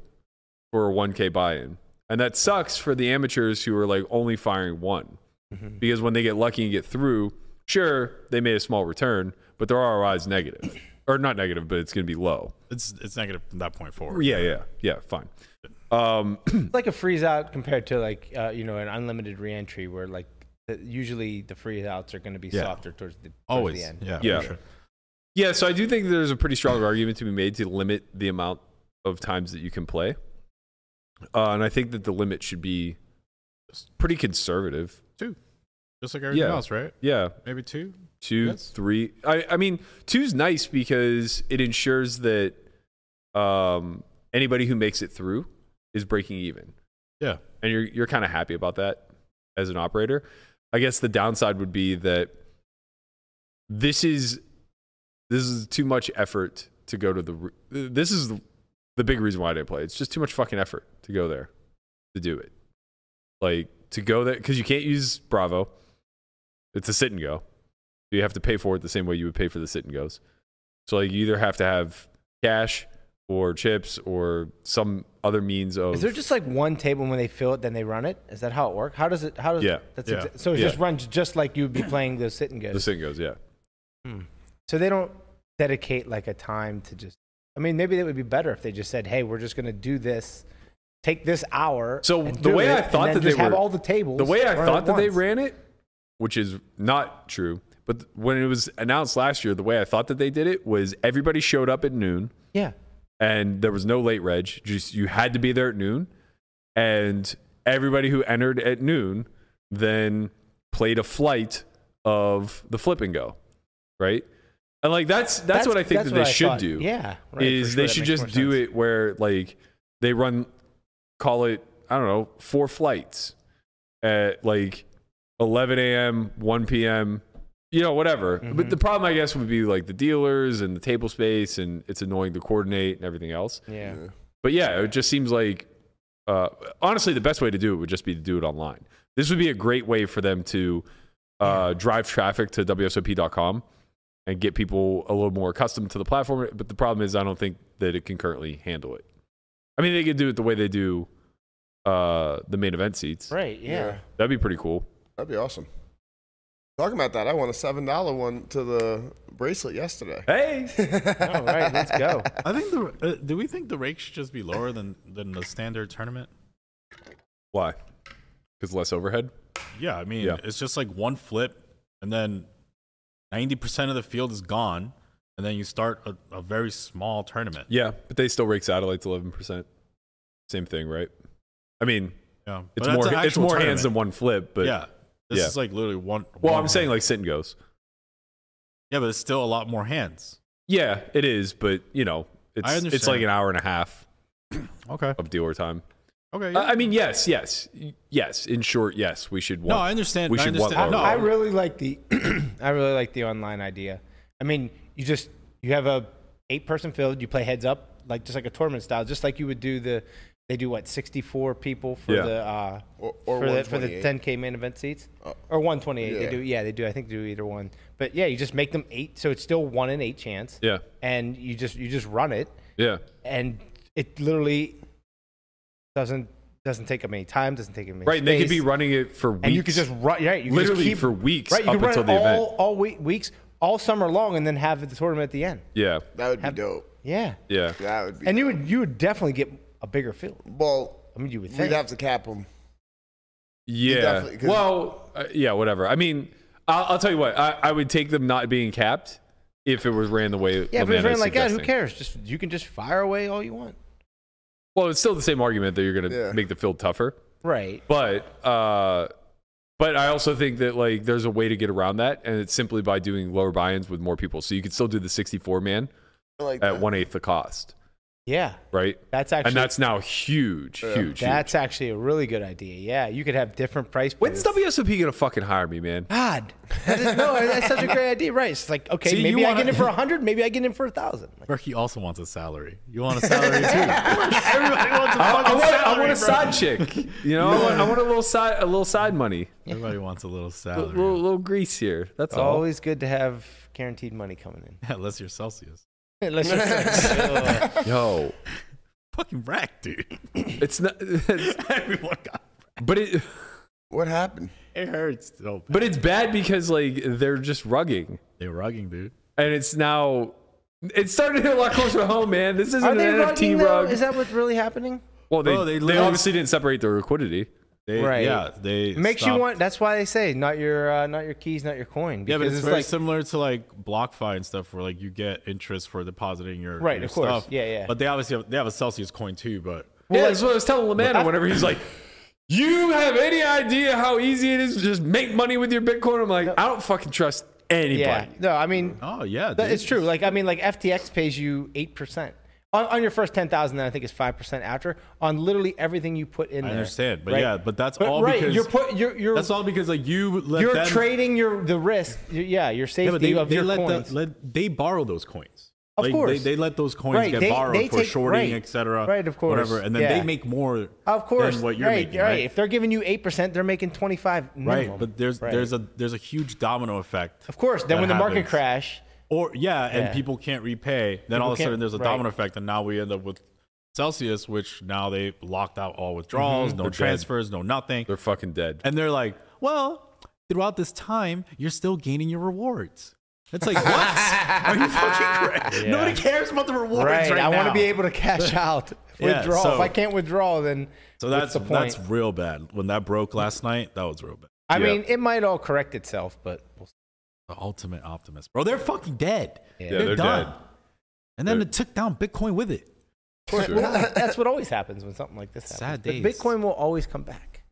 Speaker 2: for a 1k buy-in, and that sucks for the amateurs who are like only firing one,
Speaker 4: Mm-hmm.
Speaker 2: because when they get lucky and get through, sure they made a small return, but their ROI is negative, or not negative, but it's going to be low.
Speaker 3: it's it's negative from that point forward.
Speaker 2: Yeah, yeah, yeah, fine. Um,
Speaker 4: It's like a freeze out compared to like uh, you know an unlimited reentry where like the, usually the freeze outs are going to be
Speaker 3: Yeah.
Speaker 4: softer towards the towards
Speaker 3: always.
Speaker 4: the end.
Speaker 3: Yeah,
Speaker 2: Yeah.
Speaker 3: For sure.
Speaker 2: yeah, so I do think there's a pretty strong argument to be made to limit the amount of times that you can play, uh, and I think that the limit should be pretty conservative.
Speaker 3: Just like everything
Speaker 2: Yeah.
Speaker 3: else, right?
Speaker 2: Yeah,
Speaker 3: Maybe two.
Speaker 2: two,
Speaker 3: Yes.
Speaker 2: three. I, I mean, two's nice because it ensures that um, anybody who makes it through is breaking even,
Speaker 3: Yeah.
Speaker 2: and you're you're kind of happy about that as an operator. I guess the downside would be that this is this is too much effort to go to the. re- This is the, the big reason why I didn't play. It's just too much fucking effort to go there to do it. Like to go there because you can't use Bravo. It's a sit and go. You have to pay for it the same way you would pay for the sit and goes. So like you either have to have cash or chips or some other means of
Speaker 4: Is there just like one table and when they fill it, then they run it? Is that how it works? How does it? How does?
Speaker 2: Yeah.
Speaker 4: That's
Speaker 3: Yeah.
Speaker 4: exa- so it
Speaker 2: Yeah.
Speaker 4: just runs just like you'd be playing those sit and
Speaker 2: the
Speaker 4: goes.
Speaker 2: sit and goes. Yeah.
Speaker 4: so they don't dedicate like a time to just. I mean, maybe that would be better if they just said, "Hey, we're just going to do this. Take this hour."
Speaker 2: So
Speaker 4: and
Speaker 2: the
Speaker 4: do
Speaker 2: way
Speaker 4: it,
Speaker 2: I
Speaker 4: and
Speaker 2: thought
Speaker 4: then
Speaker 2: that they
Speaker 4: just have
Speaker 2: were-
Speaker 4: all the tables.
Speaker 2: The way I
Speaker 4: run at
Speaker 2: thought that they
Speaker 4: once.
Speaker 2: ran it, which is not true, but th- when it was announced last year, the way I thought that they did it was everybody showed up at noon
Speaker 4: Yeah.
Speaker 2: and there was no late reg. Just you had to be there at noon, and everybody who entered at noon then played a flight of the flip and go, right? And like that's that's, what I think
Speaker 4: that's
Speaker 2: that
Speaker 4: what
Speaker 2: they should
Speaker 4: thought.
Speaker 2: do
Speaker 4: Yeah. right, for
Speaker 2: is
Speaker 4: sure,
Speaker 2: they
Speaker 4: that
Speaker 2: should
Speaker 4: makes
Speaker 2: just
Speaker 4: more
Speaker 2: do
Speaker 4: sense.
Speaker 2: it where like they run call it i don't know four flights at like 11 a.m 1 p.m you know whatever
Speaker 4: Mm-hmm.
Speaker 2: but the problem i guess would be like the dealers and the table space and it's annoying to coordinate and everything else
Speaker 4: Yeah.
Speaker 2: but yeah it just seems like uh, honestly the best way to do it would just be to do it online this would be a great way for them to uh, drive traffic to wsop.com and get people a little more accustomed to the platform. But the problem is, I don't think that it can currently handle it. I mean, they could do it the way they do uh, the main event seats.
Speaker 4: Right. Yeah.
Speaker 5: Yeah.
Speaker 2: That'd be pretty cool.
Speaker 5: That'd be awesome. Talking about that, I won a seven dollar one to the bracelet yesterday.
Speaker 2: Hey,
Speaker 4: All right. Let's go.
Speaker 3: I think the uh, do we think the rake should just be lower than than the standard tournament?
Speaker 2: why? Because less overhead.
Speaker 3: Yeah, I mean,
Speaker 2: Yeah.
Speaker 3: it's just like one flip, and then ninety percent of the field is gone, and then you start a, a very small tournament.
Speaker 2: Yeah, but they still rake satellites eleven percent. Same thing, right? I mean,
Speaker 3: Yeah,
Speaker 2: it's
Speaker 3: but that's
Speaker 2: more
Speaker 3: an
Speaker 2: it's
Speaker 3: actual
Speaker 2: more
Speaker 3: tournament.
Speaker 2: hands than one flip, but
Speaker 3: yeah, this
Speaker 2: yeah.
Speaker 3: is like literally one.
Speaker 2: Well,
Speaker 3: one
Speaker 2: I'm saying
Speaker 3: hand.
Speaker 2: like sit and goes.
Speaker 3: yeah, but it's still a lot more hands.
Speaker 2: Yeah, it is, but you know, it's
Speaker 3: I
Speaker 2: it's like
Speaker 3: understand.
Speaker 2: an hour and a half
Speaker 3: Okay,
Speaker 2: of dealer time.
Speaker 3: okay.
Speaker 2: I I mean, yes, yes, y- yes. In short, yes, we should. Want,
Speaker 3: no, I understand.
Speaker 2: We
Speaker 3: I
Speaker 2: should want
Speaker 3: understand.
Speaker 2: lower.
Speaker 3: No,
Speaker 4: I really like the I really like the online idea. I mean, you just you have a eight person field, you play heads up, like just like a tournament style, just like you would do the they do what, sixty four people for
Speaker 2: Yeah.
Speaker 4: the uh
Speaker 5: Or- or
Speaker 4: for the for the
Speaker 5: 128.
Speaker 4: ten K main event seats. or one twenty eight. They
Speaker 5: Yeah.
Speaker 4: do yeah, they do I think do either one. But yeah, you just make them eight, so it's still one in eight chance.
Speaker 2: Yeah.
Speaker 4: And you just you just run it
Speaker 2: Yeah.
Speaker 4: and it literally doesn't doesn't take up any time, doesn't take up any
Speaker 2: Right, and they could
Speaker 4: space.
Speaker 2: be running it for weeks.
Speaker 4: And you could just run, right? You could just
Speaker 2: Literally
Speaker 4: keep-
Speaker 2: for weeks
Speaker 4: right? You
Speaker 2: up
Speaker 4: could run
Speaker 2: until
Speaker 4: it
Speaker 2: the
Speaker 4: all,
Speaker 2: event.
Speaker 4: all week, weeks, all summer long, and then have the tournament at the end.
Speaker 2: Yeah,
Speaker 5: That would be
Speaker 4: Have-
Speaker 5: dope.
Speaker 4: Yeah,
Speaker 2: yeah.
Speaker 5: That would be.
Speaker 4: and you would you would definitely get a bigger field.
Speaker 5: well,
Speaker 4: I mean, you would
Speaker 5: we'd
Speaker 4: think.
Speaker 5: have to cap them.
Speaker 2: Yeah.
Speaker 5: definitely- 'cause-
Speaker 2: Well, uh, yeah, whatever. I mean, I'll, I'll tell you what, I, I would take them not being capped if it was ran the way
Speaker 4: yeah, but if
Speaker 2: Lamanna
Speaker 4: you're
Speaker 2: is
Speaker 4: like, God, who
Speaker 2: suggesting.
Speaker 4: cares? Just you can just fire away all you want.
Speaker 2: Well, it's still the same argument that you're going to
Speaker 5: Yeah.
Speaker 2: make the field tougher.
Speaker 4: Right.
Speaker 2: But uh, but I also think that like there's a way to get around that, and it's simply by doing lower buy-ins with more people. So you could still do the 64 man
Speaker 5: I like
Speaker 2: at
Speaker 5: that.
Speaker 2: one eighth the cost,
Speaker 4: Yeah.
Speaker 2: right?
Speaker 4: That's actually
Speaker 2: and that's now huge,
Speaker 5: Yeah.
Speaker 2: huge. huge.
Speaker 4: that's actually a really good idea. Yeah, you could have different price
Speaker 2: When's
Speaker 4: points.
Speaker 2: WSOP gonna fucking hire me, man?
Speaker 4: God, that is, no, that's such a great idea, right? It's like okay,
Speaker 3: See, you
Speaker 4: maybe I
Speaker 3: wanna-
Speaker 4: get in for a hundred, maybe I get in for a thousand. Like,
Speaker 3: Berkey also wants a salary. You want a salary too? Everybody wants a
Speaker 2: I, I
Speaker 3: fucking
Speaker 2: want, I want
Speaker 3: salary,
Speaker 2: a
Speaker 3: bro.
Speaker 2: side chick, you know. I, want, I want a little side, a little side money,
Speaker 3: Everybody wants a little
Speaker 2: a
Speaker 3: salary.
Speaker 2: little, little grease here. That's
Speaker 4: it's
Speaker 2: all.
Speaker 4: always good to have guaranteed money coming in.
Speaker 3: Yeah, unless you're Celsius.
Speaker 4: Unless you're Ugh.
Speaker 2: Yo,
Speaker 3: Fucking rack, dude.
Speaker 2: it's not, it's,
Speaker 3: Everyone got.
Speaker 2: but it,
Speaker 5: What happened?
Speaker 3: It hurts. So bad.
Speaker 2: but it's bad because like they're just rugging,
Speaker 3: They're rugging, dude.
Speaker 2: and it's now. It started to hit a lot closer to home, man. This isn't
Speaker 4: Are
Speaker 2: an
Speaker 4: they rugging
Speaker 2: NFT
Speaker 4: though?
Speaker 2: rug.
Speaker 4: Is that what's really happening?
Speaker 2: well, they,
Speaker 3: Bro, Oh, they
Speaker 2: they,
Speaker 3: literally-
Speaker 2: obviously didn't separate their liquidity.
Speaker 3: They,
Speaker 4: Right.
Speaker 3: Yeah. They
Speaker 4: Makes you
Speaker 3: stopped-
Speaker 4: want. That's why they say not your uh, not your keys, not your coin.
Speaker 3: Yeah, but
Speaker 4: because
Speaker 3: it's, very
Speaker 4: like,
Speaker 3: similar to like BlockFi and stuff, where like you get interest for depositing your
Speaker 4: Right,
Speaker 3: your
Speaker 4: of course.
Speaker 3: Stuff.
Speaker 4: Yeah, yeah.
Speaker 3: But they obviously have, they have a Celsius coin too, but
Speaker 2: yeah, that's what I was telling Lamanna whenever he's like, "You have any idea how easy it is to just make money with your Bitcoin?" I'm like, I don't fucking trust anybody.
Speaker 4: yeah. No, I mean
Speaker 3: oh yeah,
Speaker 4: That-
Speaker 3: dude.
Speaker 4: it's true. Like I mean, like FTX pays you eight percent on, on your first ten thousand. I think it's five percent after on literally everything you put in
Speaker 3: I
Speaker 4: there.
Speaker 3: understand, but
Speaker 4: right?
Speaker 3: yeah, but that's all
Speaker 4: right.
Speaker 3: because
Speaker 4: you're put you're you're
Speaker 3: that's all because like you let
Speaker 4: you're
Speaker 3: them,
Speaker 4: trading your the risk. y- yeah, your safety
Speaker 3: Yeah, but they,
Speaker 4: of
Speaker 3: they
Speaker 4: your
Speaker 3: let,
Speaker 4: coins.
Speaker 3: the, let they borrow those coins.
Speaker 4: Of
Speaker 3: Like,
Speaker 4: course.
Speaker 3: they, they let those coins
Speaker 4: Right,
Speaker 3: get
Speaker 4: they-
Speaker 3: borrowed
Speaker 4: they
Speaker 3: for
Speaker 4: take-
Speaker 3: shorting,
Speaker 4: right.
Speaker 3: etc.
Speaker 4: Right, of course.
Speaker 3: whatever, and then
Speaker 4: Yeah.
Speaker 3: they make more
Speaker 4: of course,
Speaker 3: than what you're
Speaker 4: right,
Speaker 3: making,
Speaker 4: right.
Speaker 3: right?
Speaker 4: If they're giving you eight percent, they're making twenty five.
Speaker 3: Right, but there's there's a there's a huge domino effect.
Speaker 4: of course. Then
Speaker 3: that
Speaker 4: when the market
Speaker 3: happens.
Speaker 4: crash,
Speaker 3: or yeah,
Speaker 4: Yeah.
Speaker 3: and people can't repay, then all of a
Speaker 4: can't-
Speaker 3: sudden there's a
Speaker 4: right.
Speaker 3: domino effect, and now we end up with Celsius, which now they locked out all withdrawals,
Speaker 4: Mm-hmm.
Speaker 3: no
Speaker 2: They're dead.
Speaker 3: transfers, no nothing,
Speaker 2: They're fucking dead.
Speaker 3: and they're like, well, throughout this time, you're still gaining your rewards. It's like, what? Are you fucking crazy? Nobody cares about the rewards
Speaker 4: right?
Speaker 3: right,
Speaker 4: I want to
Speaker 3: now.
Speaker 4: be able to cash out,
Speaker 3: Yeah,
Speaker 4: withdraw. if
Speaker 3: so-
Speaker 4: I can't withdraw, then
Speaker 3: So
Speaker 4: what's
Speaker 3: that's
Speaker 4: the point?
Speaker 3: that's real bad. When that broke last night, that was real bad.
Speaker 4: I
Speaker 2: Yeah.
Speaker 4: mean, it might all correct itself, but we'll
Speaker 3: The ultimate optimist, bro. They're fucking dead.
Speaker 4: Yeah.
Speaker 2: Yeah,
Speaker 3: they're,
Speaker 2: they're
Speaker 3: done.
Speaker 2: dead.
Speaker 3: And then
Speaker 2: They're-
Speaker 3: it took down Bitcoin with it.
Speaker 2: Sure.
Speaker 4: Well, that's what always happens when something like this happens.
Speaker 3: Sad
Speaker 4: But
Speaker 3: days.
Speaker 4: Bitcoin will always come back.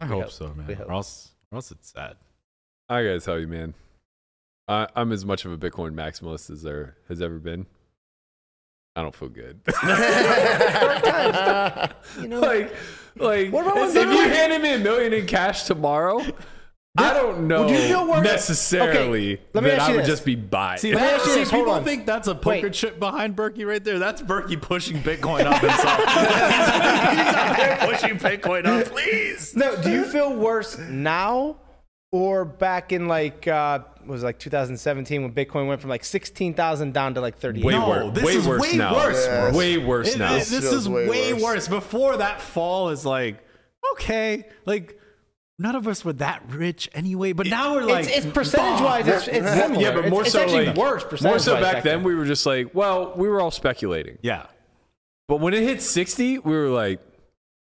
Speaker 3: I
Speaker 4: We
Speaker 3: hope, so, man.
Speaker 4: we
Speaker 3: Or else, or else it's sad.
Speaker 2: I gotta tell you, man, I, I'm as much of a Bitcoin maximalist as there has ever been. I don't feel good.
Speaker 4: You know,
Speaker 2: like, like
Speaker 4: What about when
Speaker 2: if you
Speaker 4: Bitcoin-
Speaker 2: handed me a million in cash tomorrow, I don't know
Speaker 4: Would you feel worried-
Speaker 2: necessarily
Speaker 4: Okay, let me
Speaker 2: that
Speaker 4: ask
Speaker 2: I
Speaker 4: you
Speaker 2: would
Speaker 4: this.
Speaker 2: just be buying.
Speaker 4: See, let me ask you this. Hold
Speaker 3: people
Speaker 4: on.
Speaker 3: think that's a poker
Speaker 4: Wait.
Speaker 3: chip behind Berkey right there. That's Berkey pushing Bitcoin up himself. He's out there pushing Bitcoin up, please.
Speaker 4: no, do you feel worse now or back in like uh, what was it, like 2017 when Bitcoin went from like 16,000 down to like 30?
Speaker 2: way
Speaker 3: No,
Speaker 2: worse.
Speaker 3: this
Speaker 2: way
Speaker 3: is
Speaker 2: worse
Speaker 3: way
Speaker 2: now.
Speaker 3: worse,
Speaker 5: bro.
Speaker 2: Way worse
Speaker 3: It-
Speaker 2: now.
Speaker 3: it- this
Speaker 5: Feels
Speaker 3: is way,
Speaker 5: way
Speaker 3: worse.
Speaker 5: worse.
Speaker 3: Before that fall is like, okay, like none of us were that rich anyway, but now we're like,
Speaker 4: it's, it's percentage wise, it's, it's similar.
Speaker 2: yeah, but more
Speaker 4: it's,
Speaker 2: so
Speaker 4: it's actually
Speaker 2: like
Speaker 4: worse.
Speaker 2: more
Speaker 4: Percentage
Speaker 2: so back then, we were just like, well, we were all speculating.
Speaker 3: yeah,
Speaker 2: But when it hit 60, we were like,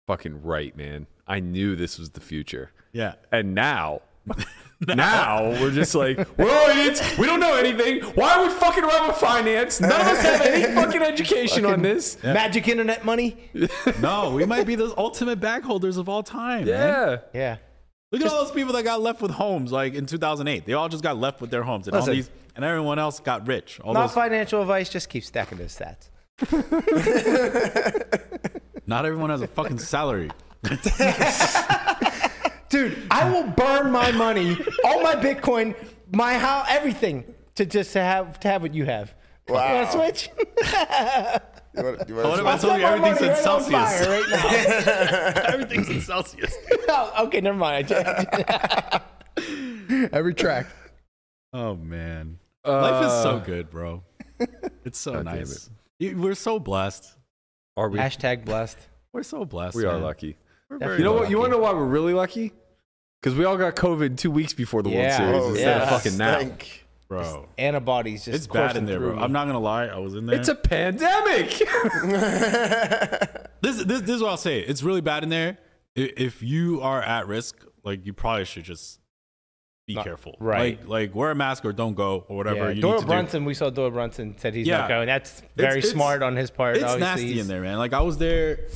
Speaker 2: fucking right, man. I knew this was the future.
Speaker 3: yeah.
Speaker 2: And now, now we're just like, we're all idiots. We don't know anything. Why are we fucking around with finance? None of us have any fucking education on this.
Speaker 4: Magic internet money.
Speaker 3: No, we might be the ultimate backholders of all time. man.
Speaker 2: Yeah.
Speaker 4: Yeah.
Speaker 3: Look at all those people that got left with homes, like in 2008. They all just got left with their homes, and
Speaker 4: Listen.
Speaker 3: all these, and everyone else got rich. All
Speaker 4: Not
Speaker 3: those,
Speaker 4: financial advice. Just keep stacking those stats.
Speaker 3: not everyone has a fucking salary.
Speaker 4: Dude, I will burn my money, all my Bitcoin, my how everything to just to have to have what you have.
Speaker 5: Wow.
Speaker 4: You want to switch?
Speaker 5: You wanna- you wanna
Speaker 3: What if I
Speaker 5: switch?
Speaker 3: told you
Speaker 4: My
Speaker 3: everything's in
Speaker 4: money right on
Speaker 3: Celsius?
Speaker 4: fire right
Speaker 3: Everything's in Celsius.
Speaker 4: now. No, okay, never mind. I-
Speaker 5: every track?
Speaker 3: Oh man, life is so
Speaker 2: Uh,
Speaker 3: good, bro. It's so
Speaker 2: God damn
Speaker 3: nice. You- We're so blessed.
Speaker 2: Are we?
Speaker 4: Hashtag blessed.
Speaker 3: We're so blessed.
Speaker 2: We are
Speaker 3: man.
Speaker 2: lucky.
Speaker 3: We're
Speaker 4: Definitely.
Speaker 3: very
Speaker 2: You know what?
Speaker 3: lucky.
Speaker 2: You want to know why we're really lucky? Because we all got COVID two weeks before the
Speaker 4: Yeah.
Speaker 2: World Series
Speaker 4: Oh,
Speaker 2: instead
Speaker 4: yeah.
Speaker 2: of fucking now.
Speaker 5: Stink.
Speaker 3: bro?
Speaker 4: Antibodies just.
Speaker 3: It's bad in
Speaker 4: coursing
Speaker 3: there,
Speaker 4: through
Speaker 3: bro.
Speaker 4: me.
Speaker 3: I'm not gonna lie. I was in there.
Speaker 2: It's a pandemic.
Speaker 3: this, this this is what I'll say. It's really bad in there. I- If you are at risk, like you probably should just be careful.
Speaker 4: right.
Speaker 3: Like like wear a mask or don't go or
Speaker 4: Yeah,
Speaker 3: whatever you
Speaker 4: Doyle
Speaker 3: need to do.
Speaker 4: Brunson, we saw Doyle Brunson said he's
Speaker 3: Yeah.
Speaker 4: not going. That's very
Speaker 3: it's-
Speaker 4: smart on his part.
Speaker 3: It's
Speaker 4: obviously.
Speaker 3: nasty
Speaker 4: He's-
Speaker 3: in there, man. Like I was there.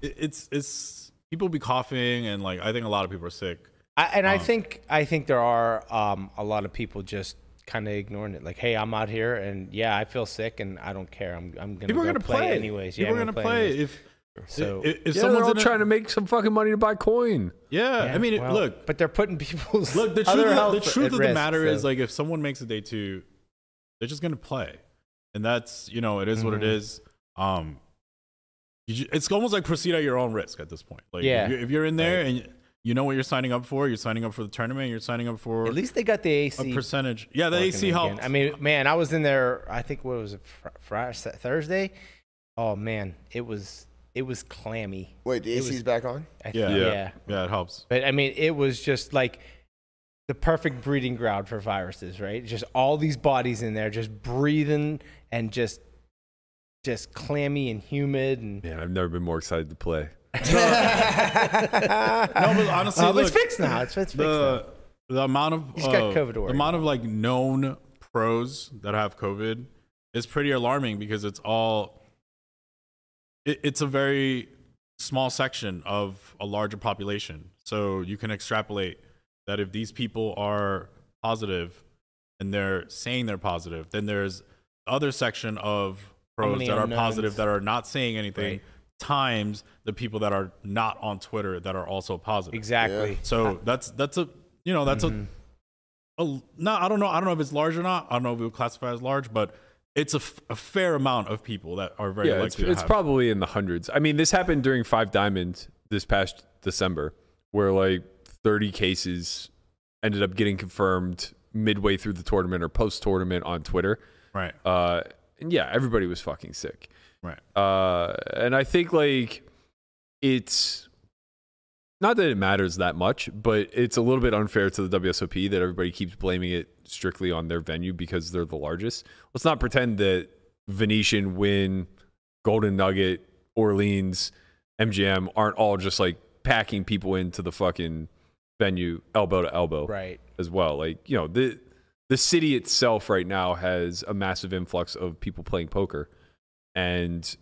Speaker 3: It, it's it's people be coughing and like I think a lot of people are sick.
Speaker 4: I, and I
Speaker 3: Um,
Speaker 4: think I think there are um, a lot of people just kind of ignoring it. Like, hey, I'm out here, and yeah, I feel sick, and I don't care. I'm I'm gonna
Speaker 3: People are
Speaker 4: go
Speaker 3: gonna
Speaker 4: play,
Speaker 3: play,
Speaker 4: anyways.
Speaker 3: People
Speaker 4: yeah,
Speaker 3: are
Speaker 4: I'm
Speaker 3: gonna play
Speaker 4: anyways.
Speaker 3: if
Speaker 4: So-
Speaker 3: if, if
Speaker 2: Yeah,
Speaker 3: someone's
Speaker 2: they're all
Speaker 3: in a-
Speaker 2: trying to make some fucking money to buy coin.
Speaker 3: Yeah, I mean, it,
Speaker 4: well,
Speaker 3: look,
Speaker 4: but they're putting people's
Speaker 3: Look, the truth,
Speaker 4: other
Speaker 3: of, the,
Speaker 4: health
Speaker 3: truth of
Speaker 4: at
Speaker 3: the
Speaker 4: risk,
Speaker 3: matter
Speaker 4: so-
Speaker 3: is, like, if someone makes a day two, they're just gonna play, and that's you know, it is what it
Speaker 4: Mhm.
Speaker 3: is. Um, you ju- it's almost like proceed at your own risk at this point. Like, if
Speaker 4: Yeah.
Speaker 3: you're- if you're in there and you know what you're signing up for, you're signing up for the tournament, you're signing up for
Speaker 4: at least they got the AC.
Speaker 3: a percentage. Yeah, the
Speaker 4: working
Speaker 3: AC
Speaker 4: again.
Speaker 3: helps.
Speaker 4: I mean, man, I was in there. I think what was it, Fri- Friday, Thursday? Oh man, it was it was clammy.
Speaker 5: Wait, the
Speaker 4: It
Speaker 5: AC's
Speaker 4: was-
Speaker 5: back on?
Speaker 4: I
Speaker 3: yeah,
Speaker 4: think,
Speaker 3: yeah,
Speaker 4: yeah.
Speaker 3: it helps.
Speaker 4: But I mean, it was just like the perfect breeding ground for viruses, right? Just all these bodies in there, just breathing and just just clammy and humid and.
Speaker 2: Man, I've never been more excited to play.
Speaker 3: No, but honestly,
Speaker 4: Uh,
Speaker 3: look,
Speaker 4: it's fixed now. It's, it's fixed now.
Speaker 3: the the amount of
Speaker 4: just got
Speaker 3: uh,
Speaker 4: COVID to
Speaker 3: the
Speaker 4: worry
Speaker 3: amount of like known pros that have COVID is pretty alarming because it's all it, it's a very small section of a larger population. So you can extrapolate that if these people are positive and they're saying they're positive, then there's other section of pros
Speaker 4: many
Speaker 3: that are
Speaker 4: unknowns?
Speaker 3: positive that are not saying anything
Speaker 4: Right.
Speaker 3: times the people that are not on Twitter that are also positive.
Speaker 4: Exactly.
Speaker 3: So that's that's a you know that's a, a no I don't know I don't know if it's large or not I don't know if we would classify as large but it's a, f- a fair amount of people that are very
Speaker 2: Yeah, it's,
Speaker 3: likely to
Speaker 2: it's
Speaker 3: have.
Speaker 2: probably in the hundreds. I mean, this happened during Five Diamonds this past December, where like 30 cases ended up getting confirmed midway through the tournament or post tournament on Twitter.
Speaker 3: right
Speaker 2: Uh, and yeah, everybody was fucking sick.
Speaker 3: right
Speaker 2: Uh, and I think like it's not that it matters that much, but it's a little bit unfair to the WSOP that everybody keeps blaming it strictly on their venue because they're the largest. Let's not pretend that Venetian, Win, Golden Nugget, Orleans, MGM aren't all just like packing people into the fucking venue elbow to elbow
Speaker 4: Right.
Speaker 2: as well. Like you know the the city itself right now has a massive influx of people playing poker, and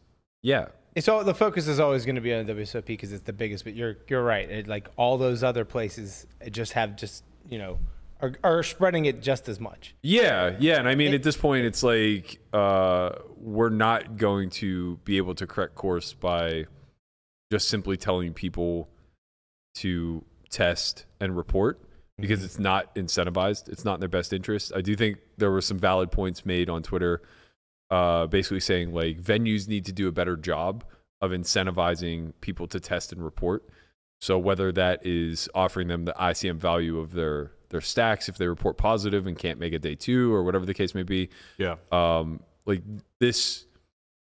Speaker 2: yeah,
Speaker 4: It's all the focus is always going to be on WSOP because it's the biggest. But you're you're right. It, like all those other places, it just have just you know are, are spreading it just as much.
Speaker 2: yeah, yeah. And I mean, at this point, it's like uh, we're not going to be able to correct course by just simply telling people to test and report because it's not incentivized. It's not in their best interest. I do think there were some valid points made on Twitter, uh, basically saying like venues need to do a better job of incentivizing people to test and report. So whether that is offering them the ICM value of their their stacks if they report positive and can't make a day two or whatever the case may be,
Speaker 3: yeah
Speaker 2: um, like this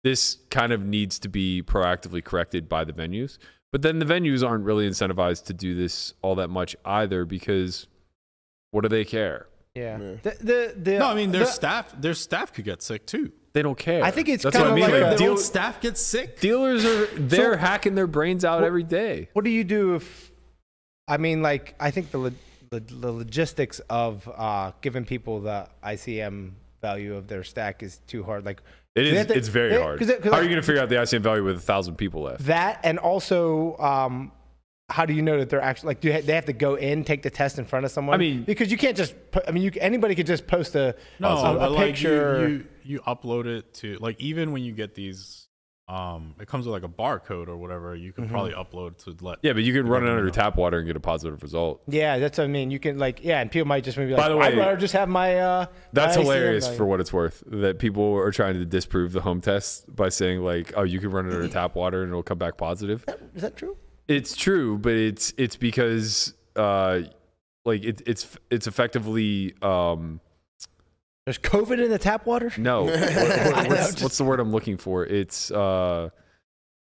Speaker 2: this kind of needs to be proactively corrected by the venues but then the venues aren't really incentivized to do this all that much either because what do they care
Speaker 4: Yeah. The, the, the,
Speaker 3: no I mean their
Speaker 4: the-
Speaker 3: staff their staff could get sick too
Speaker 2: they don't care
Speaker 4: I think it's
Speaker 2: That's what
Speaker 4: kinda
Speaker 2: I mean.
Speaker 4: like a-
Speaker 2: deal-
Speaker 3: Don't staff get sick
Speaker 2: dealers are they're hacking their brains out every day
Speaker 4: What do you do if? I mean, like I think the lo- the, the logistics of uh, giving people the ICM value of their stack is too hard. Like
Speaker 2: it
Speaker 4: they
Speaker 2: is
Speaker 4: have to-
Speaker 2: it's very
Speaker 4: they-
Speaker 2: hard
Speaker 4: 'cause it- 'cause
Speaker 2: how are
Speaker 4: like,
Speaker 2: you going to figure out the icm value with a thousand people left
Speaker 4: that and also um, how do you know that they're actually like do you ha- they have to go in take the test in front of someone
Speaker 2: I mean-
Speaker 4: because you can't just pu- i mean you anybody could just post a,
Speaker 3: no
Speaker 4: a, a
Speaker 3: but like
Speaker 4: picture
Speaker 3: you, you you upload it to like even when you get these um it comes with like a barcode or whatever you could probably upload to let
Speaker 2: yeah but you can run it under tap water and get a positive result
Speaker 4: yeah that's what i mean you can like yeah and people might just maybe be like
Speaker 2: By the
Speaker 4: i'd
Speaker 2: way,
Speaker 4: rather just have my uh
Speaker 2: That's
Speaker 4: my ICM
Speaker 2: hilarious
Speaker 4: value."
Speaker 2: for what it's worth. That people are trying to disprove the home test by saying like, "Oh, you can run it under tap water and it'll come back positive."
Speaker 4: is that true
Speaker 2: It's true, but it's it's because uh, like it, it's it's effectively um,
Speaker 4: there's covid in the tap water
Speaker 2: no. What- what- what's, what's the word I'm looking for? It's uh,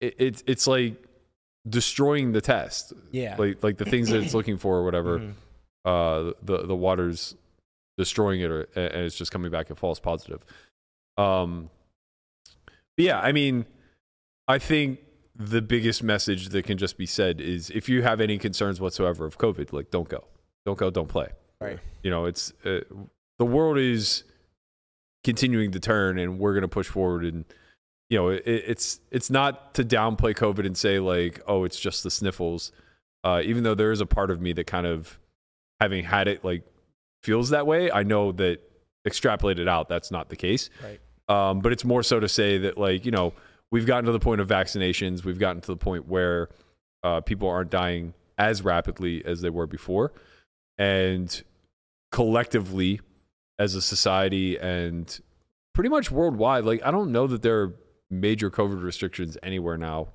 Speaker 2: it, it's it's like destroying the test,
Speaker 4: yeah
Speaker 2: like like the things that it's looking for or whatever.
Speaker 4: Mhm.
Speaker 2: uh, the the water's destroying it, or and it's just coming back a false positive. Um, but yeah, I mean, I think the biggest message that can just be said is if you have any concerns whatsoever of COVID, like don't go, don't go, don't play.
Speaker 4: Right.
Speaker 2: You know, it's uh, the world is continuing to turn, and we're gonna push forward and. you know, it, it's it's not to downplay COVID and say like, oh, it's just the sniffles. Uh, even though there is a part of me that kind of having had it like feels that way. I know that extrapolated out, that's not the case.
Speaker 4: Right.
Speaker 2: Um, but it's more so to say that like you know we've gotten to the point of vaccinations. We've gotten to the point where uh, people aren't dying as rapidly as they were before, and collectively as a society and pretty much worldwide, like I don't know that there are major COVID restrictions anywhere now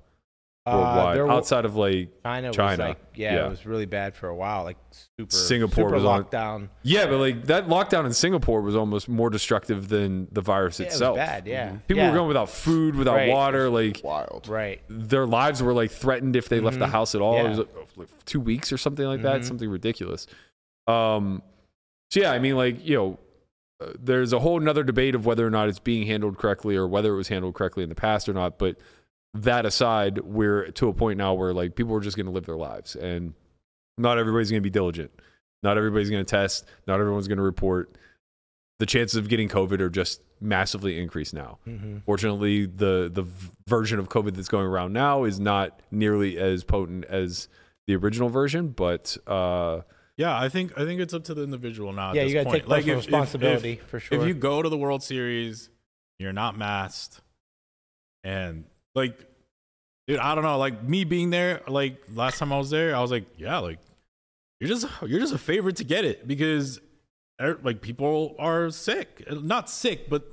Speaker 4: Uh,
Speaker 2: worldwide
Speaker 4: there wa-
Speaker 2: outside of like
Speaker 4: China, was
Speaker 2: China.
Speaker 4: like, yeah,
Speaker 2: Yeah.
Speaker 4: it was really bad for a while. Like super
Speaker 2: Singapore
Speaker 4: super
Speaker 2: was on-
Speaker 4: lockdown.
Speaker 2: yeah, but like that lockdown in Singapore was almost more destructive than the virus
Speaker 4: Yeah, it was
Speaker 2: itself.
Speaker 4: bad. Yeah,
Speaker 2: People
Speaker 4: yeah.
Speaker 2: were going without food, without
Speaker 4: Right.
Speaker 2: water, like
Speaker 5: Wild.
Speaker 4: right.
Speaker 2: their lives were like threatened if they left the
Speaker 4: Mhm.
Speaker 2: house at all. It
Speaker 4: Yeah.
Speaker 2: was like, like, two weeks or something like that,
Speaker 4: Mhm.
Speaker 2: something ridiculous. Um, so yeah, I mean, like you know, uh, there's a whole nother debate of whether or not it's being handled correctly or whether it was handled correctly in the past or not. But that aside, we're to a point now where like people are just going to live their lives, and not everybody's going to be diligent. Not everybody's going to test. Not everyone's going to report. The chances of getting COVID are just massively increased now.
Speaker 4: Mm-hmm.
Speaker 2: Fortunately, the the v- version of COVID that's going around now is not nearly as potent as the original version, but uh,
Speaker 3: Yeah, I think I think it's up to the individual now. at
Speaker 4: Yeah,
Speaker 3: this
Speaker 4: you gotta
Speaker 3: point.
Speaker 4: take personal
Speaker 3: if- if-
Speaker 4: responsibility
Speaker 3: if-
Speaker 4: for sure.
Speaker 3: If you go to the World Series, you're not masked, and like, dude, I don't know. Like me being there, like last time I was there, I was like, yeah, like you're just you're just a favorite to get it because er- like people are sick, not sick, but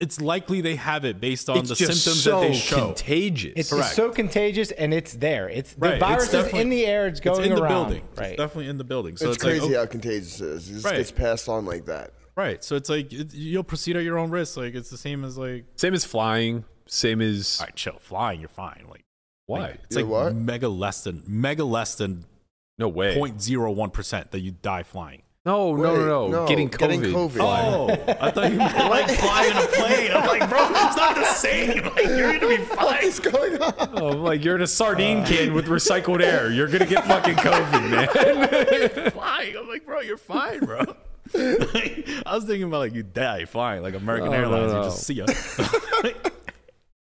Speaker 3: it's likely they have it based on the symptoms that they show.
Speaker 2: contagious.
Speaker 4: It's
Speaker 3: Correct.
Speaker 4: so contagious, and it's there. It's the
Speaker 3: Right, it's
Speaker 4: virus is in
Speaker 3: definitely-
Speaker 4: the air. It's going
Speaker 3: it's in the
Speaker 4: around.
Speaker 3: building. It's
Speaker 4: Right.
Speaker 3: definitely in the building. So
Speaker 5: it's,
Speaker 3: it's,
Speaker 5: crazy
Speaker 3: like, oh.
Speaker 5: how contagious it is. It just
Speaker 3: Right.
Speaker 5: gets passed on like that.
Speaker 3: Right. So it's like it, you'll proceed at your own risk. Like it's the same as like
Speaker 2: same as flying. Same as
Speaker 3: all right, chill, flying, you're fine. Like
Speaker 2: why?
Speaker 3: like, it's
Speaker 5: You're
Speaker 3: like
Speaker 5: what?
Speaker 3: mega less than mega less than
Speaker 2: no way.
Speaker 3: 0.01 percent that you die flying.
Speaker 2: No, no,
Speaker 5: Wait,
Speaker 2: no, no,
Speaker 5: no,
Speaker 2: Getting COVID.
Speaker 5: getting COVID.
Speaker 2: flying.
Speaker 3: Oh, I thought you meant like flying in a plane. I'm like, bro, it's not the same. Like you're gonna be
Speaker 5: What
Speaker 3: fine.
Speaker 5: is going on?
Speaker 2: Oh, I'm like you're in a
Speaker 3: Uh,
Speaker 2: sardine can with recycled air. You're gonna get fucking COVID, man.
Speaker 3: flying. I'm like, bro, you're fine, bro. I was thinking about like you die flying, like American
Speaker 2: Oh, no,
Speaker 3: Airlines.
Speaker 2: no.
Speaker 3: You just see ya.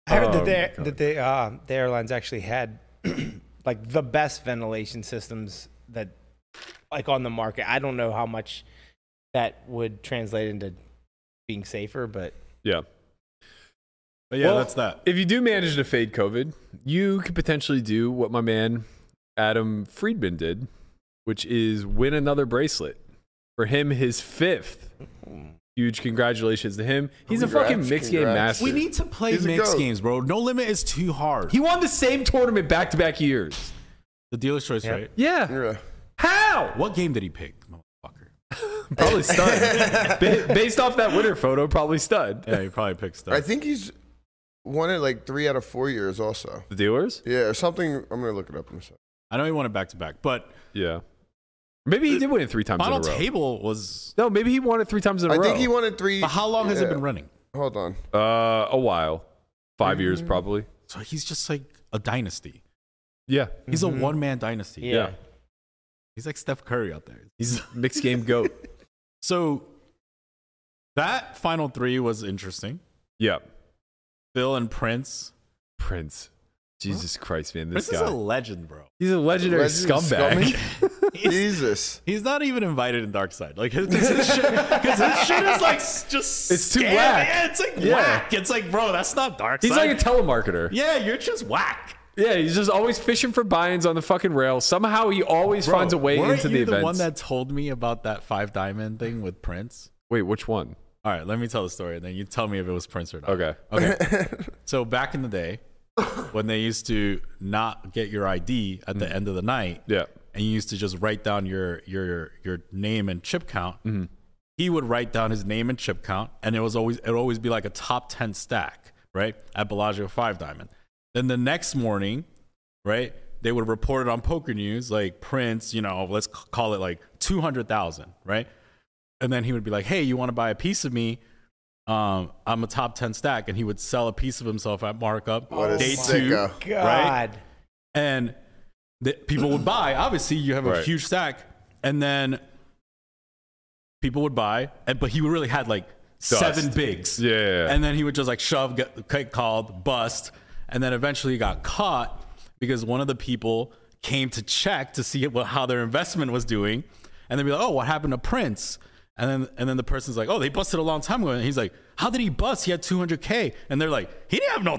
Speaker 4: I heard
Speaker 2: Oh,
Speaker 4: that, they, that they, uh, the airlines actually had like the best ventilation systems that like on the market. I don't know how much that would translate into being safer, but
Speaker 2: yeah.
Speaker 3: But yeah,
Speaker 2: Well,
Speaker 3: that's that.
Speaker 2: If you do manage to fade COVID, you could potentially do what my man Adam Friedman did, which is win another bracelet. For him, his fifth. Huge congratulations to him. He's
Speaker 5: Congrats,
Speaker 2: a fucking mixed game
Speaker 5: congrats.
Speaker 2: master.
Speaker 5: We
Speaker 3: to play
Speaker 5: He's a goat.
Speaker 3: bro. No limit is too hard.
Speaker 2: he won the same tournament back to back years.
Speaker 3: The dealer's choice,
Speaker 4: Yep.
Speaker 3: right?
Speaker 2: Yeah.
Speaker 5: Yeah.
Speaker 2: How?
Speaker 3: What game did he pick, motherfucker?
Speaker 2: Probably stud. Ba- Based off that winner photo, probably stud.
Speaker 3: Yeah, he probably picked stuff.
Speaker 5: I think he's won it like three out of four years also.
Speaker 2: The dealers?
Speaker 5: Yeah, or something. I'm going to look it up in a second.
Speaker 3: I know he won it back to back, but
Speaker 2: Yeah. Maybe he did win it three times in a
Speaker 3: final
Speaker 2: row.
Speaker 3: table was.
Speaker 2: No, maybe he won it three times in a
Speaker 5: I
Speaker 2: row.
Speaker 5: think he won it three.
Speaker 3: But how long has it been
Speaker 5: yeah.
Speaker 3: running?
Speaker 5: Hold on.
Speaker 2: uh, a while. Five years,
Speaker 5: Mm-hmm.
Speaker 2: probably.
Speaker 3: So he's just like a dynasty.
Speaker 2: Yeah.
Speaker 3: He's a one man dynasty.
Speaker 4: yeah.
Speaker 2: Mm-hmm. Yeah.
Speaker 3: He's like Steph Curry out there.
Speaker 2: He's mixed game goat.
Speaker 3: So that final three was interesting.
Speaker 2: yeah.
Speaker 3: Phil and Prince.
Speaker 2: Prince. Jesus Christ, man. This
Speaker 3: Prince
Speaker 2: guy.
Speaker 3: is a legend, bro.
Speaker 2: He's a legendary
Speaker 5: Legend
Speaker 2: scumbag.
Speaker 5: Jesus.
Speaker 3: He's not even invited in Dark Side. Like his, 'cause his shit, because his shit is like s- just
Speaker 2: It's too
Speaker 3: scam.
Speaker 2: whack.
Speaker 3: Yeah, it's like
Speaker 2: Yeah.
Speaker 3: whack. It's like, bro, that's not Dark
Speaker 2: He's
Speaker 3: Side.
Speaker 2: like a telemarketer. Yeah.
Speaker 3: yeah, you're just whack.
Speaker 2: he's just always fishing for buy-ins on the fucking rail. Somehow he always
Speaker 3: Bro,
Speaker 2: finds a way
Speaker 3: weren't
Speaker 2: into
Speaker 3: you
Speaker 2: the
Speaker 3: the
Speaker 2: events.
Speaker 3: one that told me about that five diamond thing with Prince.
Speaker 2: Wait, which one?
Speaker 3: All right, let me tell the story, and then you tell me if it was Prince or not.
Speaker 2: Okay.
Speaker 3: Okay. so back in the day, when they used to not get your ID at the end of the night,
Speaker 2: Yeah.
Speaker 3: and you used to just write down your your your name and chip count, he would write down his name and chip count, and it was always it would always be like a top ten stack, right? At Bellagio Five Diamond. Then the next morning, right? They would report it on Poker News, like Prince, you know, let's c- call it like two hundred thousand, right? And then he would be like, "Hey, you want to buy a piece of me?" Um, I'm a top ten stack, and he would sell a piece of himself at markup.
Speaker 5: What a
Speaker 3: day two,
Speaker 5: sicko.
Speaker 4: God.
Speaker 3: and that people would buy. Obviously, you have a
Speaker 2: Right.
Speaker 3: huge stack, and then people would buy. And but he really had like seven bigs.
Speaker 2: Yeah.
Speaker 3: And then he would just like shove, get, get called, bust, and then eventually he got caught because one of the people came to check to see what, how their investment was doing, and they'd be like, "Oh, what happened to Prince?" And then and then the person's like, "Oh, they busted a long time ago." And he's like, "How did he bust? He had 200k." And they're like, "He didn't have no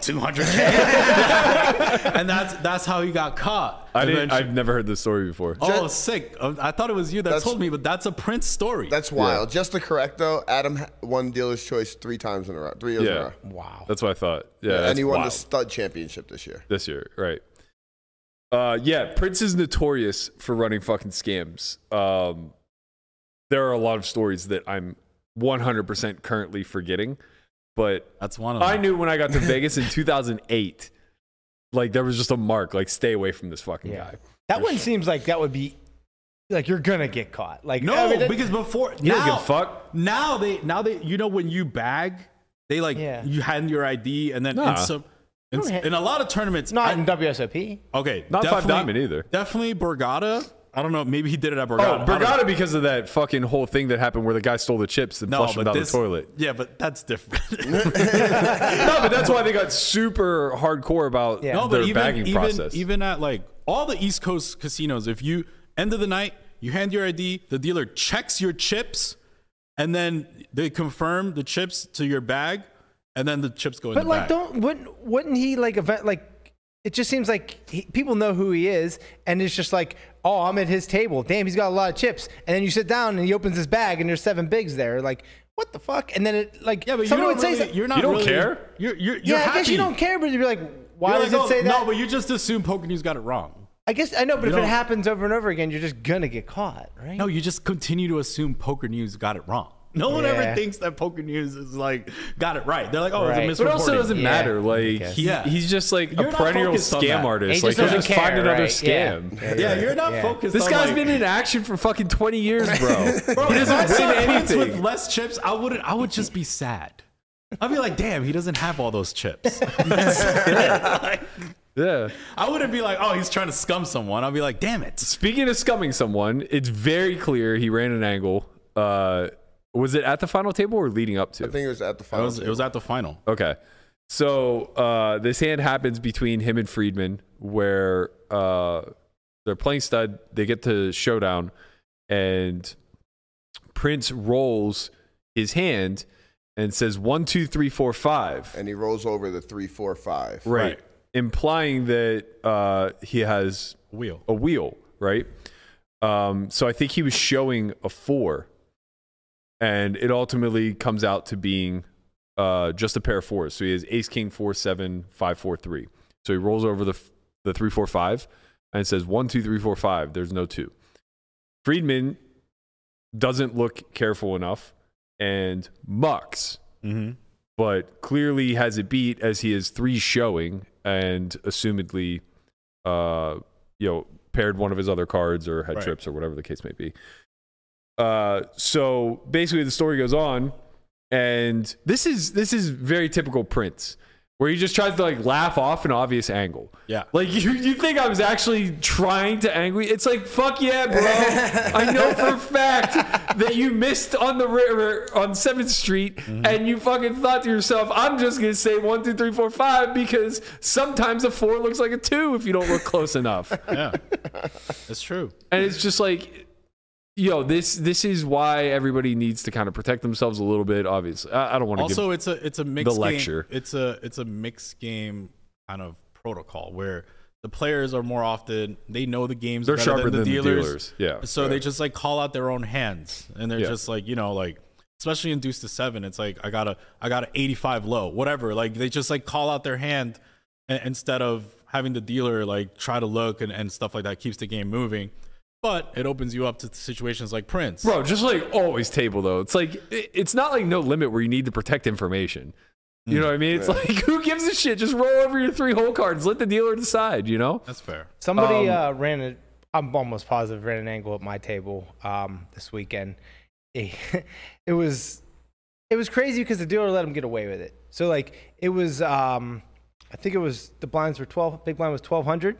Speaker 3: 200k." and that's that's how he got caught.
Speaker 2: I didn't,
Speaker 3: Eventually-
Speaker 2: I've never heard this story before.
Speaker 3: Oh, sick! Uh, I thought it was you that
Speaker 5: That's-
Speaker 3: told me, but that's a Prince story.
Speaker 5: That's wild. Just to correct though, Adam ha- won dealer's choice three times in a row, three years in a
Speaker 2: yeah.
Speaker 5: row,
Speaker 4: Wow.
Speaker 2: That's what I thought. Yeah. that's
Speaker 5: and he won
Speaker 2: wild.
Speaker 5: the stud championship this year.
Speaker 2: this year, right? Uh, yeah, Prince is notorious for running fucking scams. Um, there are a lot of stories that I'm 100% currently forgetting, but
Speaker 3: that's one of them.
Speaker 2: I knew when I got to Vegas in 2008, like there was just a mark, like stay away from this fucking
Speaker 4: Yeah.
Speaker 2: guy.
Speaker 4: That one seems like that would be like you're gonna get caught. Like
Speaker 3: No,
Speaker 4: I mean, that-
Speaker 3: because before
Speaker 2: You don't
Speaker 3: now,
Speaker 2: give a fuck.
Speaker 3: now they now they you know when you bag, they like
Speaker 4: Yeah.
Speaker 3: you hand your ID and then
Speaker 2: Nah.
Speaker 3: in some in,
Speaker 4: Don't ha-
Speaker 3: in a lot of tournaments.
Speaker 4: not
Speaker 3: I-
Speaker 4: in WSOP.
Speaker 3: okay,
Speaker 2: Not Five
Speaker 3: definitely-
Speaker 2: Diamond either.
Speaker 3: Definitely Borgata. I don't know. Maybe he did it at
Speaker 2: Oh,
Speaker 3: Borgata. I don't-
Speaker 2: Bergata because of that fucking whole thing that happened where the guy stole the chips and
Speaker 3: No,
Speaker 2: flushed them
Speaker 3: but
Speaker 2: down
Speaker 3: this-
Speaker 2: the toilet.
Speaker 3: Yeah, but that's different.
Speaker 2: no, but that's why they got super hardcore about
Speaker 4: Yeah.
Speaker 3: no,
Speaker 2: their
Speaker 3: Oh, but even
Speaker 2: bagging
Speaker 3: even
Speaker 2: process.
Speaker 3: even at like all the East Coast casinos, if you end of the night you hand your ID, the dealer checks your chips, and then they confirm the chips to your bag, and then the chips go in
Speaker 4: But
Speaker 3: the
Speaker 4: like,
Speaker 3: bag.
Speaker 4: don't wouldn't wouldn't he like event like? It just seems like he, people know who he is, and it's just like, oh, I'm at his table. Damn, he's got a lot of chips. And then you sit down, and he opens his bag, and there's seven bigs there. Like, what the fuck? And then it like,
Speaker 3: Yeah, but you
Speaker 4: someone
Speaker 3: don't
Speaker 4: would
Speaker 3: really,
Speaker 4: say, something-
Speaker 3: you're not
Speaker 2: You don't
Speaker 3: really-
Speaker 2: care?
Speaker 3: You're, you're, you're
Speaker 4: yeah, I
Speaker 3: happy.
Speaker 4: guess you don't care, but you'd be like, why
Speaker 3: You're
Speaker 4: does
Speaker 3: like,
Speaker 4: it say
Speaker 3: "Oh,
Speaker 4: that?
Speaker 3: No, but you just assume poker news got it wrong.
Speaker 4: I guess I know, but
Speaker 3: you
Speaker 4: if it
Speaker 3: don't-
Speaker 4: happens over and over again, you're just gonna get caught, right?
Speaker 3: No, you just continue to assume poker news got it wrong. No one
Speaker 4: Yeah.
Speaker 3: ever thinks that poker news is like got it right. They're like, oh,
Speaker 4: Right.
Speaker 3: it's a
Speaker 2: But it
Speaker 3: misreporting.
Speaker 2: also doesn't
Speaker 4: Yeah,
Speaker 2: matter. Like
Speaker 4: guess.
Speaker 2: he,
Speaker 3: Yeah.
Speaker 2: he's just like
Speaker 3: You're
Speaker 2: a
Speaker 3: not
Speaker 2: perental
Speaker 3: focused on
Speaker 2: scam
Speaker 3: that.
Speaker 2: artist.
Speaker 4: He
Speaker 2: like
Speaker 4: just
Speaker 2: he'll
Speaker 4: doesn't
Speaker 2: just find
Speaker 4: care,
Speaker 2: another
Speaker 4: right? Yeah.
Speaker 2: scam.
Speaker 4: Yeah,
Speaker 3: Yeah, you're not
Speaker 4: Yeah.
Speaker 3: focused.
Speaker 2: This
Speaker 3: on,
Speaker 2: guy's
Speaker 3: like,
Speaker 2: been in action for fucking 20 years, bro.
Speaker 3: Bro,
Speaker 2: he
Speaker 3: if I
Speaker 2: doesn't
Speaker 3: saw
Speaker 2: win
Speaker 3: Prince with
Speaker 2: anything.
Speaker 3: less chips, I wouldn't. I would just be sad. I'd be like, damn, he doesn't have all those chips.
Speaker 2: Yeah.
Speaker 3: I wouldn't be like, oh, he's trying to scum someone. I'd be like, damn it.
Speaker 2: Speaking of scumming someone, it's very clear he ran an angle. Uh, was it at the final table or leading up to?
Speaker 5: I think it was at the
Speaker 3: It
Speaker 5: finals.
Speaker 3: was, it was at the final.
Speaker 2: Okay. So uh, this hand happens between him and Friedman, where uh, they're playing stud. They get to showdown, and Prince rolls his hand and says one, two, three, four, five.
Speaker 5: and he rolls over the three, four, five.
Speaker 2: right.
Speaker 3: Right.
Speaker 2: implying that uh, he has
Speaker 3: Wheel.
Speaker 2: a wheel, right? Um, so I think he was showing a four, and it ultimately comes out to being uh, just a pair of fours. So he has ace, king, four, seven, five, four, three. So he rolls over the, f- the three, four, five, and says one, two, three, four, five. There's no two. Friedman doesn't look careful enough and mucks,
Speaker 3: Mm-hmm.
Speaker 2: but clearly has it beat as he has three showing and assumedly uh, you know, paired one of his other cards or had
Speaker 3: Right.
Speaker 2: trips or whatever the case may be. Uh, so basically, the story goes on, and this is this is very typical Prince, where he just tries to like laugh off an obvious angle.
Speaker 3: Yeah.
Speaker 2: like you, you think I was actually trying to angle? you? It's like fuck yeah, bro! I know for a fact that you missed on the river on Seventh Street, and you fucking thought to yourself, I'm just gonna say one, two, three, four, five because sometimes a four looks like a two if you don't look close enough
Speaker 3: Yeah, it's true.
Speaker 2: and it's just like yo this this is why everybody needs to kind of protect themselves a little bit obviously i, I don't want to
Speaker 3: also
Speaker 2: give
Speaker 3: it's a it's a mixed game-
Speaker 2: lecture.
Speaker 3: it's a it's a mixed game kind of protocol where the players are more often they know the games
Speaker 2: They're
Speaker 3: better
Speaker 2: sharper
Speaker 3: than the,
Speaker 2: than the
Speaker 3: dealers,
Speaker 2: dealers, yeah.
Speaker 3: so they just like call out their own hands and they're
Speaker 2: Yeah.
Speaker 3: just like you know like especially in deuce to seven it's like i got a i got a 85 low whatever like they just like call out their hand i- instead of having the dealer like try to look and, and stuff like that keeps the game moving but it opens you up to situations like prince
Speaker 2: bro just like always table though it's like it- it's not like no limit where you need to protect information you know what i mean it's like who gives a shit just roll over your three hole cards let the dealer decide you know
Speaker 3: that's fair
Speaker 4: Somebody uh, ran a, I'm almost positive, ran an angle at my table um, this weekend. It, it was it was crazy because the dealer let him get away with it. So like it was, um, I think it was the blinds were 12. Big blind was 1200.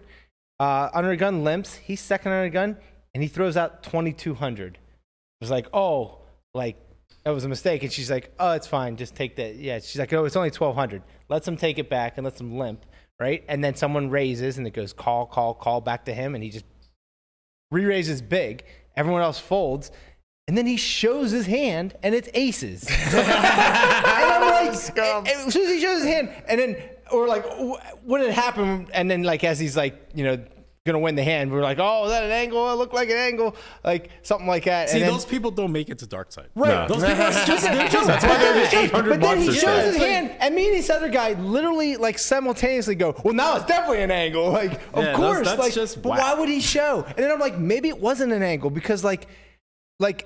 Speaker 4: Uh, under a gun limps. He's second under a gun, and he throws out 2200. It was like, oh, like that was a mistake. And she's like, oh, it's fine. Just take that. Yeah. She's like, oh, it's only 1200. Lets him take it back and lets him limp. Right. And then someone raises and it goes call, call, call back to him. And he just re raises big. Everyone else folds. And then he shows his hand and it's aces. and I'm like,
Speaker 5: Scum.
Speaker 4: and- and as soon as he shows his hand, and then, or like, wh- what had happened? And then, like, as he's like, you know, gonna win the hand, we're like, oh, is that an angle? It looked like an angle. Like, something like that.
Speaker 3: See,
Speaker 4: and then,
Speaker 3: those people don't make it to dark side.
Speaker 4: Right.
Speaker 3: Those people are just ninjas. That's why they're the 800
Speaker 4: but then he
Speaker 3: monsters.
Speaker 4: shows his hand, and me and this other guy literally like simultaneously go, "Well, now it's definitely an angle." Like, of
Speaker 3: Yeah, that's-
Speaker 4: course,
Speaker 3: that's
Speaker 4: like,
Speaker 3: just
Speaker 4: but
Speaker 3: whack.
Speaker 4: why would he show? And then I'm like, maybe it wasn't an angle because like, like,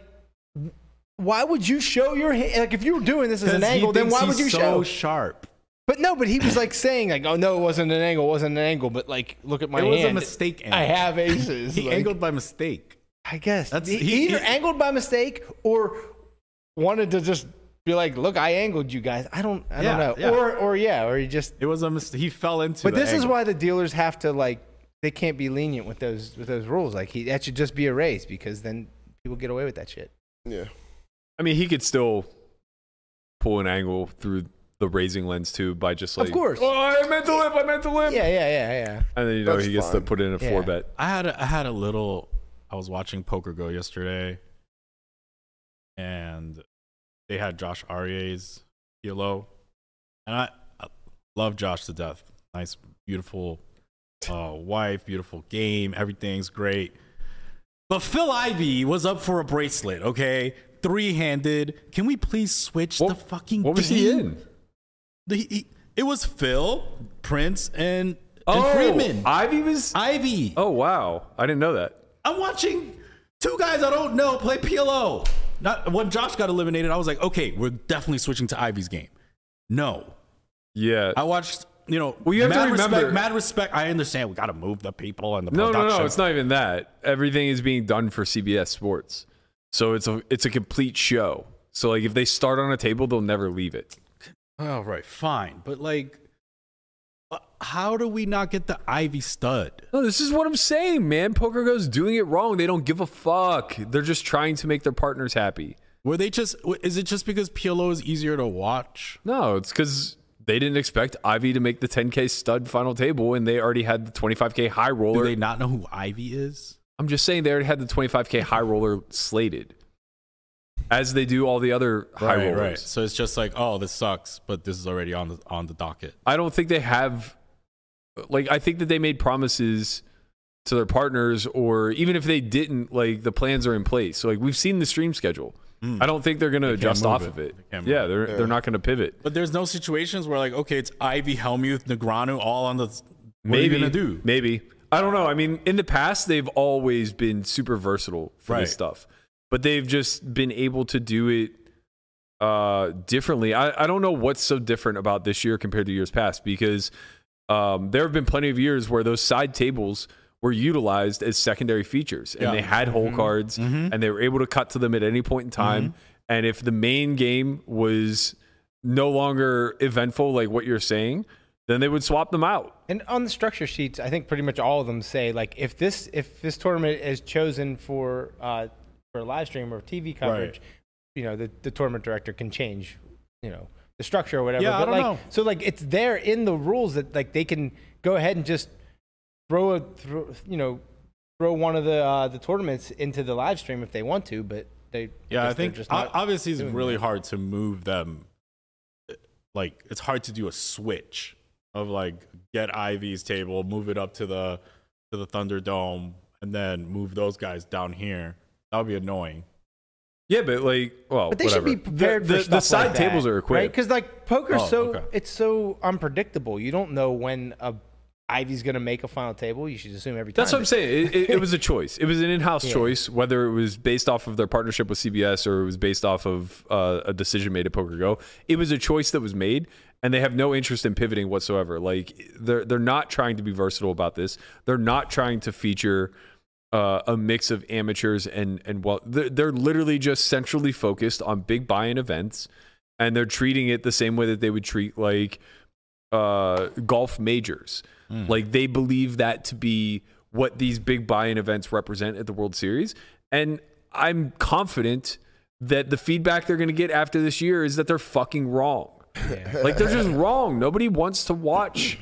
Speaker 4: why would you show your hand? Like, if you were doing this as an angle, then why would you
Speaker 3: so
Speaker 4: show?
Speaker 3: sharp.
Speaker 4: But no, but he was like saying like, "Oh no, it wasn't an angle, it wasn't an angle." But like, look at my
Speaker 3: It was a
Speaker 4: hand.
Speaker 3: mistake
Speaker 4: I
Speaker 3: angle.
Speaker 4: have aces.
Speaker 3: He
Speaker 4: like-
Speaker 3: angled by mistake.
Speaker 4: I guess
Speaker 3: That's-
Speaker 4: he,
Speaker 3: he-
Speaker 4: either
Speaker 3: he-
Speaker 4: angled by mistake or wanted to just be like, "Look, I angled you guys." I don't, I
Speaker 3: Yeah,
Speaker 4: don't know,
Speaker 3: yeah.
Speaker 4: or or yeah, or you just.
Speaker 3: It was a mistake. He fell into.
Speaker 4: But
Speaker 3: the
Speaker 4: this is
Speaker 3: angle.
Speaker 4: why the dealers have to like they can't be lenient with those with those rules. Like he, that should just be erased because then people get away with that shit.
Speaker 5: Yeah.
Speaker 2: I mean, he could still pull an angle through the raising lens too by just
Speaker 4: Of
Speaker 2: like,
Speaker 4: course.
Speaker 2: Oh, I meant to lip. I meant to lip.
Speaker 4: Yeah, yeah, yeah, yeah.
Speaker 2: And then you know
Speaker 5: That's
Speaker 2: he gets
Speaker 5: fine.
Speaker 2: to put in a
Speaker 4: Yeah.
Speaker 2: four bet.
Speaker 3: I had a, I had a little. I was watching Poker Go yesterday, and they had Josh Arye's PLO, and I, I love Josh to death. Nice, beautiful uh, wife, beautiful game, everything's great. But Phil Ivy was up for a bracelet, okay, three handed. Can we please switch the fucking?
Speaker 2: What was he
Speaker 3: game?
Speaker 2: in?
Speaker 3: The- he- he- it was Phil, Prince, and, and
Speaker 2: oh,
Speaker 3: Friedman.
Speaker 2: Ivy was.
Speaker 3: Ivy.
Speaker 2: oh wow, I didn't know that.
Speaker 3: I'm watching two guys I don't know play PLO. Not when Josh got eliminated, I was like, okay, we're definitely switching to Ivy's game. No,
Speaker 2: Yeah.
Speaker 3: I watched. You know,
Speaker 2: Well, you have to
Speaker 3: mad
Speaker 2: remember-
Speaker 3: respect. Mad respect. I understand we got to move the people and the
Speaker 2: no, no,
Speaker 3: production.
Speaker 2: no. It's not even that. Everything is being done for CBS Sports, so it's a it's a complete show. So like if they start on a table, they'll never leave it.
Speaker 3: All right, fine, but like, uh, how do we not get the Ivy stud?
Speaker 2: No, this is what I'm saying, man. Poker goes doing it wrong. They don't give a fuck. They're just trying to make their partners happy.
Speaker 3: Were they just? Is it just because PLO is easier to watch?
Speaker 2: No, it's because they didn't expect Ivy to make the 10K stud final table, and they already had the 25K high
Speaker 3: Do
Speaker 2: roller.
Speaker 3: they not know who Ivy is?
Speaker 2: I'm just saying they already had the 25K high roller slated, as they do all the other high rollers.
Speaker 3: So it's just like, oh, this sucks, but this is already on the on the docket.
Speaker 2: I don't think they have like I think that they made promises to their partners or even if they didn't like the plans are in place. So like we've seen the stream schedule. I don't think they're going to adjust
Speaker 3: move
Speaker 2: off
Speaker 3: it.
Speaker 2: of it.
Speaker 3: Hmm. They can't
Speaker 2: yeah,
Speaker 3: move
Speaker 2: they're they're not going to pivot.
Speaker 3: But there's no situations where like, okay, it's Ivy, Helmuth, Negranu, all on the. What
Speaker 2: maybe
Speaker 3: are you gonna do?
Speaker 2: Maybe. I don't know. I mean, in the past they've always been super versatile for
Speaker 3: Right.
Speaker 2: this stuff. But they've just been able to do it uh differently. I, I don't know what's so different about this year compared to years past because um, there have been plenty of years where those side tables were utilized as secondary features and
Speaker 3: Yeah. Mm-hmm.
Speaker 2: they had whole cards and they were able to cut to them at any point in time. And if the main game was no longer eventful, like what you're saying, then they would swap them out.
Speaker 4: And on the structure sheets, I think pretty much all of them say like if this if this tournament is chosen for uh, for live stream or TV coverage, you know the, the tournament director can change you know the structure or whatever.
Speaker 3: Yeah, I
Speaker 4: but
Speaker 3: don't
Speaker 4: like
Speaker 3: know.
Speaker 4: so like it's there in the rules that like they can go ahead and just throw a throw, you know throw one of the uh, the tournaments into the live stream if they want to, but they
Speaker 3: Yeah, I
Speaker 4: guess they're
Speaker 3: think
Speaker 4: just
Speaker 3: o-
Speaker 4: not
Speaker 3: obviously it's
Speaker 4: doing
Speaker 3: really
Speaker 4: that.
Speaker 3: hard to move them. eh, Like it's hard to do a switch of like get Ivy's table, move it up to the to the Thunderdome, and then move those guys down here. That would be annoying.
Speaker 2: Yeah, but like, well,
Speaker 4: But they
Speaker 2: whatever.
Speaker 4: should be prepared
Speaker 2: The,
Speaker 4: for
Speaker 2: the,
Speaker 4: stuff
Speaker 2: the side
Speaker 4: like that,
Speaker 2: tables are
Speaker 4: right?
Speaker 2: equipped.
Speaker 4: Because like poker's
Speaker 3: Oh,
Speaker 4: so
Speaker 3: okay.
Speaker 4: it's so unpredictable. You don't know when a Ivy's gonna make a final table. You should assume every time.
Speaker 2: That's what I'm saying. It, it, it was a choice. It was an in-house choice, whether it was based off of their partnership with CBS or it was based off of uh, a decision made at Poker Go. It was a choice that was made, and they have no interest in pivoting whatsoever. Like they're they're not trying to be versatile about this. They're not trying to feature uh, a mix of amateurs and and well, they're, they're literally just centrally focused on big buy-in events, and they're treating it the same way that they would treat like uh, golf majors. Like they believe that to be what these big buy-in events represent at the World Series, and I'm confident that the feedback they're going to get after this year is that they're fucking wrong. Like they're just wrong. Nobody wants to watch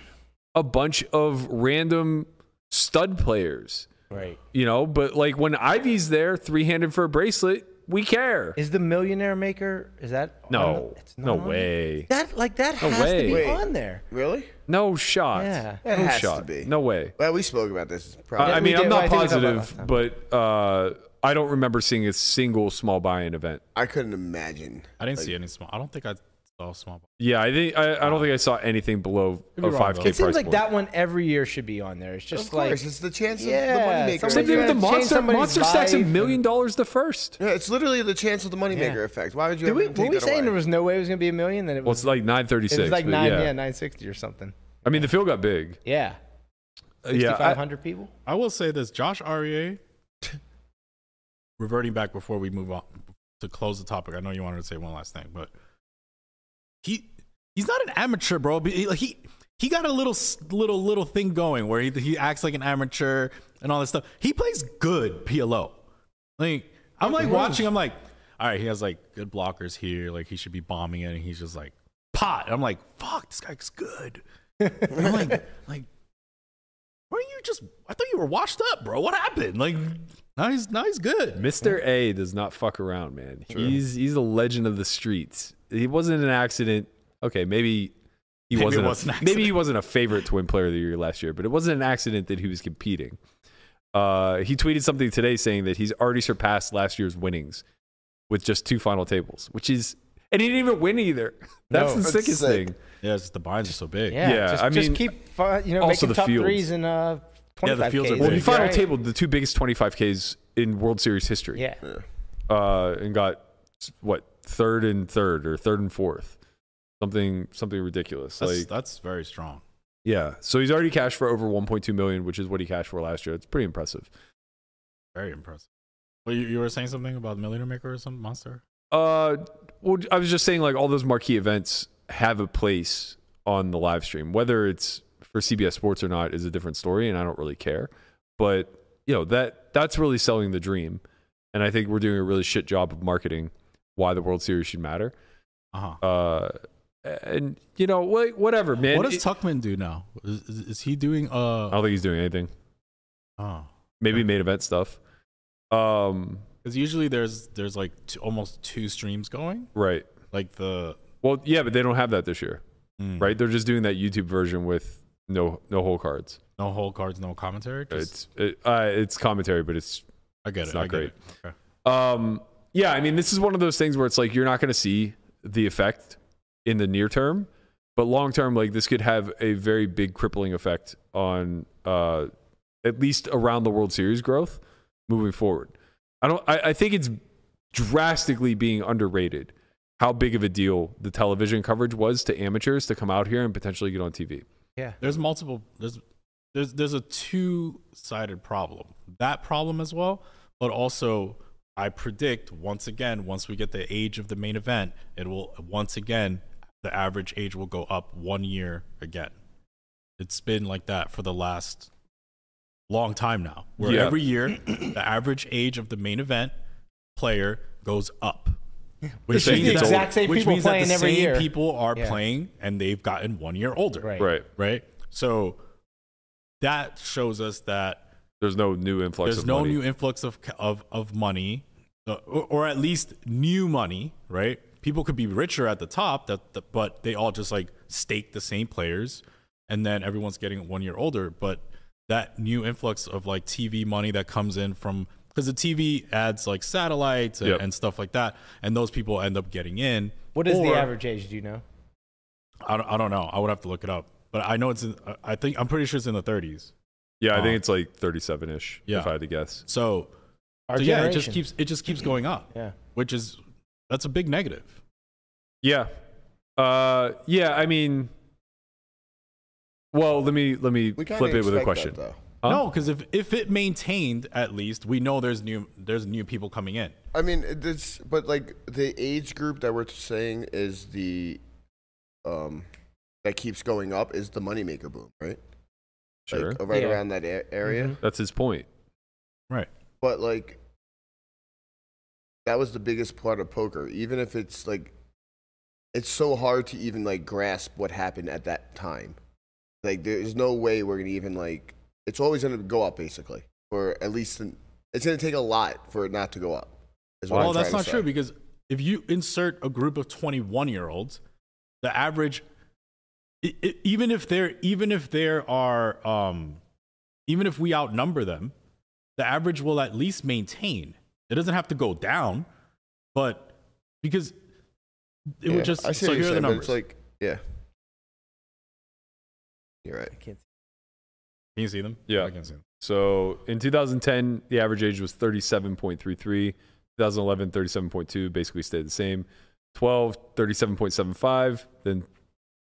Speaker 2: a bunch of random stud players,
Speaker 4: Right.
Speaker 2: you know, but like when Ivy's there three-handed for a bracelet, we care.
Speaker 4: Is the Millionaire Maker? Is that on
Speaker 2: No.
Speaker 4: the- it's not
Speaker 2: No
Speaker 4: on there.
Speaker 2: way.
Speaker 4: That like that
Speaker 2: No
Speaker 4: has to be
Speaker 2: way.
Speaker 5: Wait.
Speaker 4: on there.
Speaker 5: Really?
Speaker 2: No shot.
Speaker 4: Yeah.
Speaker 5: It
Speaker 2: no
Speaker 5: has to
Speaker 2: shot.
Speaker 5: be.
Speaker 2: No way.
Speaker 5: Well, we spoke about this.
Speaker 2: Uh,
Speaker 5: Probably.
Speaker 2: I
Speaker 4: we
Speaker 2: mean,
Speaker 4: did.
Speaker 2: I'm
Speaker 4: Well,
Speaker 2: not
Speaker 4: I think we talked about it
Speaker 2: positive, but uh, I don't remember seeing a single small buy-in event.
Speaker 5: I couldn't imagine.
Speaker 3: I didn't see any small. I don't think I saw small.
Speaker 2: Yeah, I think I, I don't think I saw anything below
Speaker 3: Could be
Speaker 2: a
Speaker 3: wrong,
Speaker 2: 5K
Speaker 3: though.
Speaker 2: price
Speaker 4: It seems like
Speaker 2: point.
Speaker 4: that one every year should be on there. It's just
Speaker 5: of course,
Speaker 4: like
Speaker 5: it's the chance of
Speaker 4: Yeah,
Speaker 5: the moneymaker.
Speaker 2: Same
Speaker 4: someone-
Speaker 2: thing with the
Speaker 4: You're gonna change
Speaker 2: monster.
Speaker 4: somebody's
Speaker 2: Monster stacks a
Speaker 4: life
Speaker 2: million dollars the first.
Speaker 5: Yeah, it's literally the chance of the moneymaker effect. Why would you
Speaker 4: Did
Speaker 5: ever
Speaker 4: we,
Speaker 5: take
Speaker 4: were we
Speaker 5: that
Speaker 4: saying
Speaker 5: away?
Speaker 4: there was no way it was gonna be a million? That it
Speaker 2: Well,
Speaker 4: was,
Speaker 2: it's like 936.
Speaker 4: it was like
Speaker 2: but
Speaker 4: nine,
Speaker 2: yeah.
Speaker 4: yeah, nine sixty or something.
Speaker 2: I mean, the field got big.
Speaker 4: Yeah,
Speaker 2: Uh, yeah,
Speaker 4: five
Speaker 2: I,
Speaker 4: hundred people.
Speaker 3: I will say this: Josh Aria. reverting back before we move on to close the topic. I know you wanted to say one last thing, but he he's not an amateur, bro. But He like, he, he got a little s- little little thing going where he he acts like an amateur and all this stuff. He plays good PLO. Like I'm like watching. I'm like, all right, he has like good blockers here. Like he should be bombing it, and he's just like pot. And I'm like, fuck, this guy's good. And I'm like, like, were you just? I thought you were washed up, bro. What happened? Like now he's now he's good.
Speaker 2: Mr. A does not fuck around, man. He's he's a legend of the streets. He wasn't an accident. Okay, maybe he
Speaker 3: Maybe it
Speaker 2: wasn't.
Speaker 3: was an
Speaker 2: a, maybe he
Speaker 3: accident.
Speaker 2: wasn't a favorite twin player of the year last year, but it wasn't an accident that he was competing. Uh, he tweeted something today saying that he's already surpassed last year's winnings with just two final tables, which is and he didn't even win either. That's
Speaker 4: No.
Speaker 2: the
Speaker 5: That's
Speaker 2: sickest
Speaker 5: sick.
Speaker 2: thing.
Speaker 3: Yeah, it's just the binds are so big.
Speaker 4: Yeah,
Speaker 2: Yeah,
Speaker 4: just,
Speaker 2: I
Speaker 4: just
Speaker 2: mean,
Speaker 4: keep fi- you know
Speaker 2: also
Speaker 4: making
Speaker 2: the
Speaker 4: top
Speaker 2: fields.
Speaker 4: threes and uh,
Speaker 3: Yeah,
Speaker 4: twenty
Speaker 3: the
Speaker 4: five
Speaker 3: fields are
Speaker 2: Well, he
Speaker 3: big.
Speaker 2: final tabled the two biggest 25Ks in World Series history.
Speaker 4: Yeah,
Speaker 2: uh, and got what third and third or third and fourth, something something ridiculous.
Speaker 3: That's,
Speaker 2: like
Speaker 3: that's very strong.
Speaker 2: yeah, so he's already cashed for over 1.2 million, which is what he cashed for last year. It's pretty impressive.
Speaker 3: Very impressive. Well, you, you were saying something about Millionaire Maker or some monster?
Speaker 2: Uh, well, I was just saying like all those marquee events have a place on the live stream. Whether it's for CBS Sports or not is a different story, and I don't really care. But you know that that's really selling the dream, and I think we're doing a really shit job of marketing why the World Series should matter.
Speaker 3: Uh huh.
Speaker 2: Uh, and you know, like whatever, man.
Speaker 3: What does
Speaker 2: It-
Speaker 3: Tuckman do now? Is, is, is he doing uh?
Speaker 2: I don't think he's doing anything.
Speaker 3: Oh,
Speaker 2: Maybe main event stuff. Um,
Speaker 3: because usually there's there's like two, almost two streams going.
Speaker 2: right.
Speaker 3: Like the
Speaker 2: Well, yeah, but they don't have that this year,
Speaker 3: mm,
Speaker 2: right? They're just doing that YouTube version with no no whole cards.
Speaker 3: no whole cards, no commentary. Just,
Speaker 2: It's it, uh, it's commentary, but it's
Speaker 3: I get
Speaker 2: it's
Speaker 3: it.
Speaker 2: not
Speaker 3: I get
Speaker 2: great.
Speaker 3: It. Okay.
Speaker 2: um yeah. I mean, this is one of those things where it's like you're not going to see the effect in the near term, but long term, like this could have a very big crippling effect on uh at least around the World Series growth moving forward. I don't. I, I think it's drastically being underrated how big of a deal the television coverage was to amateurs to come out here and potentially get on TV.
Speaker 4: yeah.
Speaker 3: There's multiple. There's there's there's a two sided problem. That problem as well, but also I predict once again once we get the age of the main event, it will once again the average age will go up one year again. It's been like that for the last long time now. Where
Speaker 2: Yeah.
Speaker 3: every year the average age of the main event player goes up.
Speaker 4: It's just the
Speaker 3: that-
Speaker 4: exact same
Speaker 3: which
Speaker 4: people
Speaker 3: means that
Speaker 4: playing
Speaker 3: the
Speaker 4: every
Speaker 3: same
Speaker 4: year.
Speaker 3: people are
Speaker 4: Yeah.
Speaker 3: playing and they've gotten one year older
Speaker 4: Right.
Speaker 2: Right.
Speaker 3: right? So that shows us that
Speaker 2: There's no new influx.
Speaker 3: there's
Speaker 2: of
Speaker 3: no
Speaker 2: money.
Speaker 3: new influx of of of money, uh, or, or at least new money, right? People could be richer at the top, that the, but they all just like stake the same players, and then everyone's getting one year older. But that new influx of like TV money that comes in from because the TV adds like satellites and,
Speaker 2: Yep.
Speaker 3: and stuff like that, and those people end up getting in.
Speaker 4: What is the
Speaker 3: Or-
Speaker 4: average age? Do you know?
Speaker 3: I don't, I don't know. I would have to look it up, but I know it's. In, I- I think I'm pretty sure it's in the 30s.
Speaker 2: Yeah, I
Speaker 3: Oh.
Speaker 2: think it's like 37 ish.
Speaker 3: Yeah.
Speaker 2: If I had to guess.
Speaker 3: So,
Speaker 4: Our
Speaker 3: so yeah, it just
Speaker 4: generation.
Speaker 3: keeps it just keeps going up,
Speaker 4: Yeah.
Speaker 3: which is that's a big negative.
Speaker 2: Yeah. Uh, yeah. I mean, well, let me let me
Speaker 5: We kinda
Speaker 2: flip it with
Speaker 5: expect
Speaker 2: a
Speaker 5: that,
Speaker 2: question.
Speaker 5: though.
Speaker 2: Huh?
Speaker 3: No, because if if it maintained at least, we know there's new there's new people coming in.
Speaker 5: I mean, it's but like the age group that we're saying is the, um, that keeps going up is the moneymaker boom, right?
Speaker 2: Sure.
Speaker 5: Like, uh, right
Speaker 4: Yeah.
Speaker 5: around that
Speaker 3: Mm-hmm.
Speaker 5: a- area.
Speaker 4: Mhm.
Speaker 2: That's his point.
Speaker 3: Right.
Speaker 5: But like, that was the biggest part of poker. Even if it's like, it's so hard to even like grasp what happened at that time. Like, there's no way we're gonna even like. It's always gonna go up basically, or at least in- it's gonna take a lot for it not to go up. is what
Speaker 3: Well,
Speaker 5: I'm
Speaker 3: that's
Speaker 5: trying
Speaker 3: not
Speaker 5: to
Speaker 3: true
Speaker 5: say.
Speaker 3: because if you insert a group of 21 year olds, the average, i- i- even if there, even if there are, um, even if we outnumber them, the average will at least maintain. It doesn't have to go down, but because it
Speaker 5: Yeah,
Speaker 3: would just.
Speaker 5: I see
Speaker 3: so
Speaker 5: what you're
Speaker 3: here are the
Speaker 5: saying, but
Speaker 3: numbers.
Speaker 5: It's like, yeah. You're right.
Speaker 4: I can't.
Speaker 3: can you see them?
Speaker 2: Yeah.
Speaker 3: I can see them.
Speaker 2: So in 2010, the average age was 37.33. 2011, 37.2, basically stayed the same. 12, 37.75, then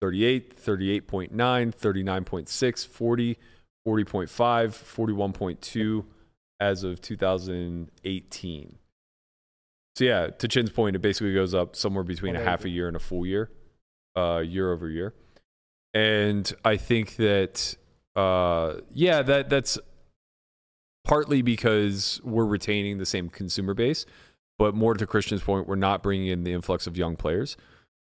Speaker 2: 38, 38.9, 39.6, 40, 40.5, 41.2 as of 2018. So yeah, to Chin's point, it basically goes up somewhere between a half a year and a full year, uh, year over year. And I think that, uh, yeah, that that's partly because we're retaining the same consumer base, but more to Christian's point, we're not bringing in the influx of young players.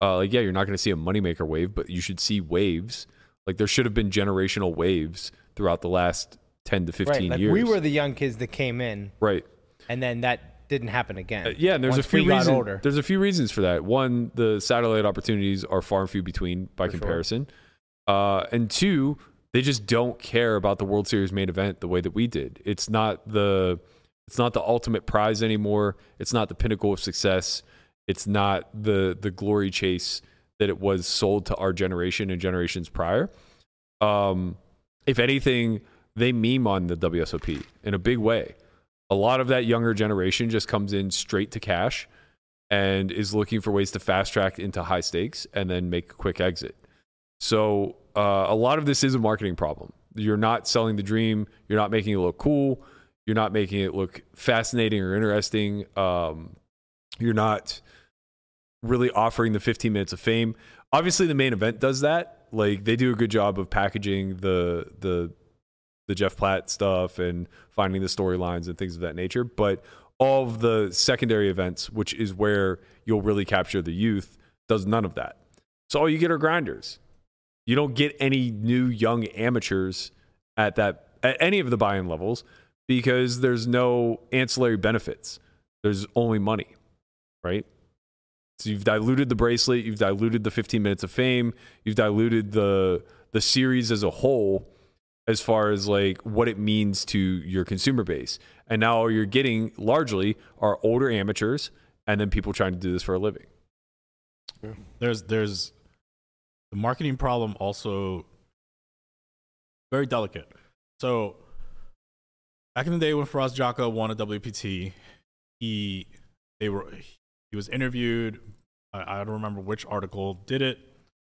Speaker 2: Uh, like, yeah, you're not going to see a moneymaker wave, but you should see waves. Like, there should have been generational waves throughout the last 10 to 15
Speaker 4: right, like
Speaker 2: years.
Speaker 4: we were the young kids that came in,
Speaker 2: right.
Speaker 4: and then that didn't happen again.
Speaker 2: Uh, yeah, and there's
Speaker 4: Once
Speaker 2: a few
Speaker 4: we got
Speaker 2: reasons.
Speaker 4: older.
Speaker 2: There's a few reasons for that. One, the satellite opportunities are far and few between by comparison, uh, and two, they just don't care about the World Series main event the way that we did. It's not the it's not the ultimate prize anymore. It's not the pinnacle of success. It's not the the glory chase that it was sold to our generation and generations prior. Um, if anything, they meme on the WSOP in a big way. A lot of that younger generation just comes in straight to cash and is looking for ways to fast track into high stakes and then make a quick exit. So uh, a lot of this is a marketing problem. You're not selling the dream. You're not making it look cool. You're not making it look fascinating or interesting. Um, you're not really offering the 15 minutes of fame. Obviously, the main event does that. Like they do a good job of packaging the the the Jeff Platt stuff and finding the storylines and things of that nature. But all of the secondary events, which is where you'll really capture the youth, does none of that. So all you get are grinders. You don't get any new young amateurs at that at any of the buy-in levels because there's no ancillary benefits. There's only money, right? So you've diluted the bracelet, you've diluted the 15 minutes of fame, you've diluted the the series as a whole as far as like what it means to your consumer base. And now all you're getting largely are older amateurs and then people trying to do this for a living.
Speaker 3: there's there's the marketing problem also very delicate. So back in the day when Faraz Jaka won a WPT, he they were he was interviewed. I, I don't remember which article did it,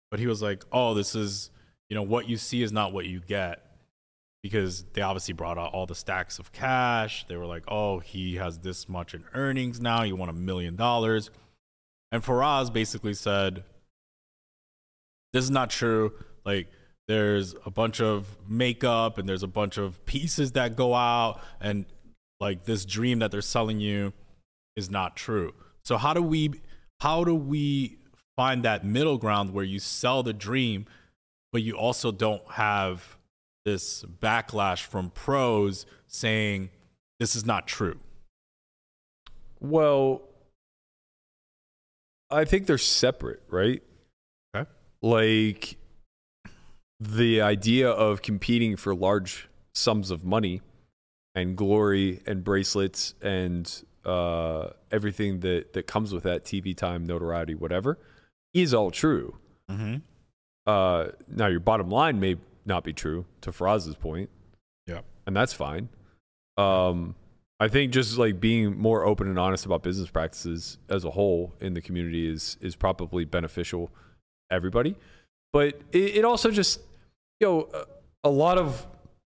Speaker 3: but he was like, "Oh, this is you know what you see is not what you get." Because they obviously brought out all the stacks of cash. They were like, oh, he has this much in earnings now. He won a million dollars. And Faraz basically said, This is not true. Like, there's a bunch of makeup and there's a bunch of pieces that go out, and like this dream that they're selling you is not true. So, how do we, how do we find that middle ground where you sell the dream, but you also don't have this backlash from pros saying, This is not true?
Speaker 2: Well, I think they're separate, right?
Speaker 3: Okay.
Speaker 2: Like the idea of competing for large sums of money and glory and bracelets and uh, everything that, that comes with that TV time, notoriety, whatever, is all true.
Speaker 3: Mm-hmm.
Speaker 2: Uh, now, your bottom line may not be true, to Faraz's point
Speaker 3: Yeah.
Speaker 2: and that's fine. Um, I think just like being more open and honest about business practices as a whole in the community is is probably beneficial to everybody. But it, it also just you know a, a lot of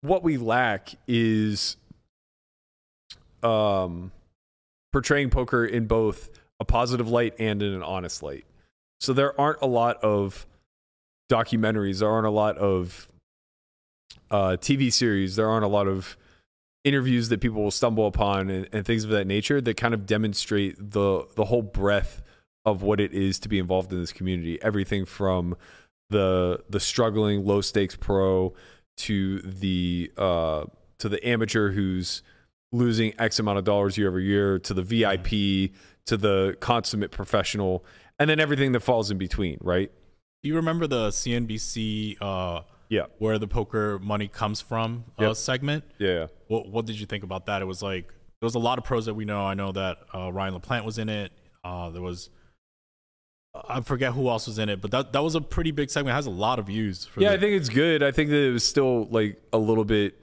Speaker 2: what we lack is um, portraying poker in both a positive light and in an honest light. So there aren't a lot of documentaries. There aren't a lot of uh, TV series. There aren't a lot of interviews that people will stumble upon and, and things of that nature that kind of demonstrate the the whole breadth of what it is to be involved in this community. Everything from the the struggling low stakes pro to the uh, to the amateur who's losing X amount of dollars year over year to the VIP to the consummate professional and then everything that falls in between, right?
Speaker 3: Do you remember the CNBC uh,
Speaker 2: Yeah.
Speaker 3: where the poker money comes from uh,
Speaker 2: Yep.
Speaker 3: segment?
Speaker 2: Yeah.
Speaker 3: What What did you think about that? It was like there was a lot of pros that we know. I know that uh, Ryan LaPlante was in it. Uh, there was I forget who else was in it, but that that was a pretty big segment. It has a lot of views. For
Speaker 2: Yeah,
Speaker 3: the-
Speaker 2: I think it's good. I think that it was still like a little bit.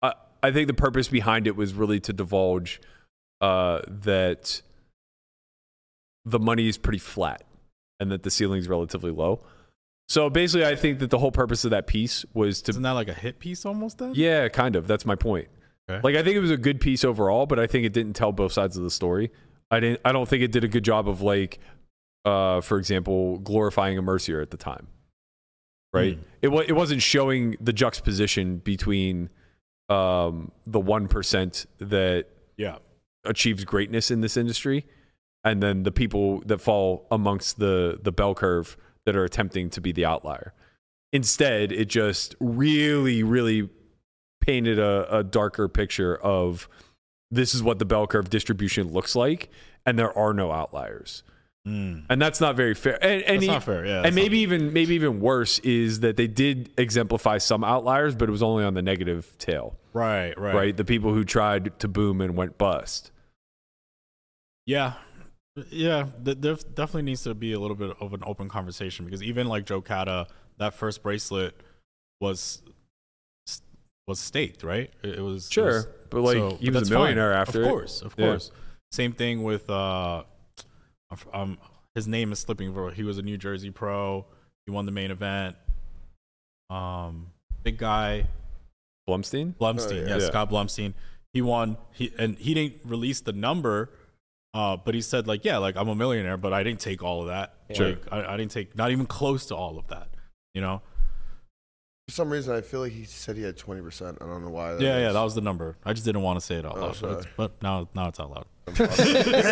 Speaker 2: I I think the purpose behind it was really to divulge uh, that the money is pretty flat and that the ceiling's relatively low. So basically, I think that the whole purpose of that piece was to
Speaker 3: isn't that like a hit piece almost? Then
Speaker 2: yeah, kind of. That's my point.
Speaker 3: Okay.
Speaker 2: Like I think it was a good piece overall, but I think it didn't tell both sides of the story. I didn't I don't think it did a good job of like uh for example, glorifying a mercier at the time. Right? It wa- it wasn't showing the juxtaposition between um the 1% that
Speaker 3: yeah.
Speaker 2: achieves greatness in this industry and then the people that fall amongst the the bell curve that are attempting to be the outlier instead it just really really painted a, a darker picture of this is what the bell curve distribution looks like and there are no outliers
Speaker 3: Mm.
Speaker 2: and that's not very fair and, and
Speaker 3: That's
Speaker 2: e-
Speaker 3: not fair. Yeah,
Speaker 2: and
Speaker 3: that's
Speaker 2: maybe even maybe even worse is that they did exemplify some outliers but it was only on the negative tail
Speaker 3: not- right, right,
Speaker 2: right, the people who tried to boom and went bust
Speaker 3: Yeah. Yeah, th- there definitely needs to be a little bit of an open conversation because even like Joe Kata, that first bracelet was was staked, right? It, it was it
Speaker 2: Sure,
Speaker 3: was-
Speaker 2: but, like, he was a
Speaker 3: that's fine.
Speaker 2: millionaire after it.
Speaker 3: Of course, of
Speaker 2: Yeah.
Speaker 3: course. Same thing with uh, um, his name is slipping. over. He was a New Jersey pro. He won the main event. Um, big guy.
Speaker 2: blumstein
Speaker 3: Blumstein,
Speaker 5: Oh,
Speaker 3: yeah.
Speaker 2: yeah.
Speaker 3: Scott Blumstein. He won. He and he didn't release the number, uh, but he said like, yeah, like I'm a millionaire, but I didn't take all of that.
Speaker 2: Sure.
Speaker 3: Like, I, I didn't take not even close to all of that. You know?
Speaker 5: For some reason, I feel like he said he had 20%. I don't know why.
Speaker 3: yeah, yeah. That was the number. I just didn't want to say it out
Speaker 5: Oh,
Speaker 3: loud, but, it's-
Speaker 5: sorry.
Speaker 3: but now now it's out loud.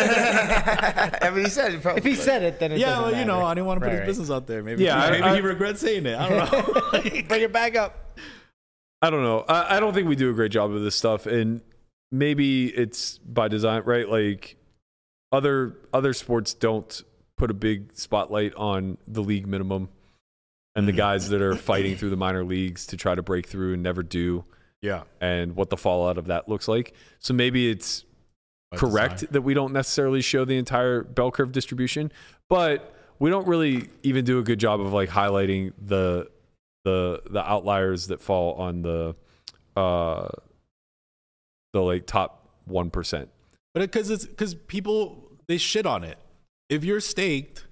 Speaker 5: I mean, he said it probably.
Speaker 4: If he said it, then it
Speaker 3: yeah,
Speaker 4: doesn't
Speaker 3: well, you know,
Speaker 4: matter.
Speaker 3: I didn't want to put
Speaker 4: Right,
Speaker 3: his
Speaker 4: right.
Speaker 3: business out there. Maybe,
Speaker 2: Yeah, I-
Speaker 3: maybe
Speaker 2: I-
Speaker 3: he regrets saying it. I don't know.
Speaker 4: Bring it back up.
Speaker 2: I don't know. I, I don't think we do a great job of this stuff, and maybe it's by design, right? Like other other sports don't put a big spotlight on the league minimum and the guys that are fighting through the minor leagues to try to break through and never do,
Speaker 3: yeah,
Speaker 2: and what the fallout of that looks like. So maybe it's
Speaker 3: by
Speaker 2: correct
Speaker 3: design.
Speaker 2: that we don't necessarily show the entire bell curve distribution, but we don't really even do a good job of like highlighting the the the outliers that fall on the uh the like top one percent.
Speaker 3: But because it's because people they shit on it. If you're staked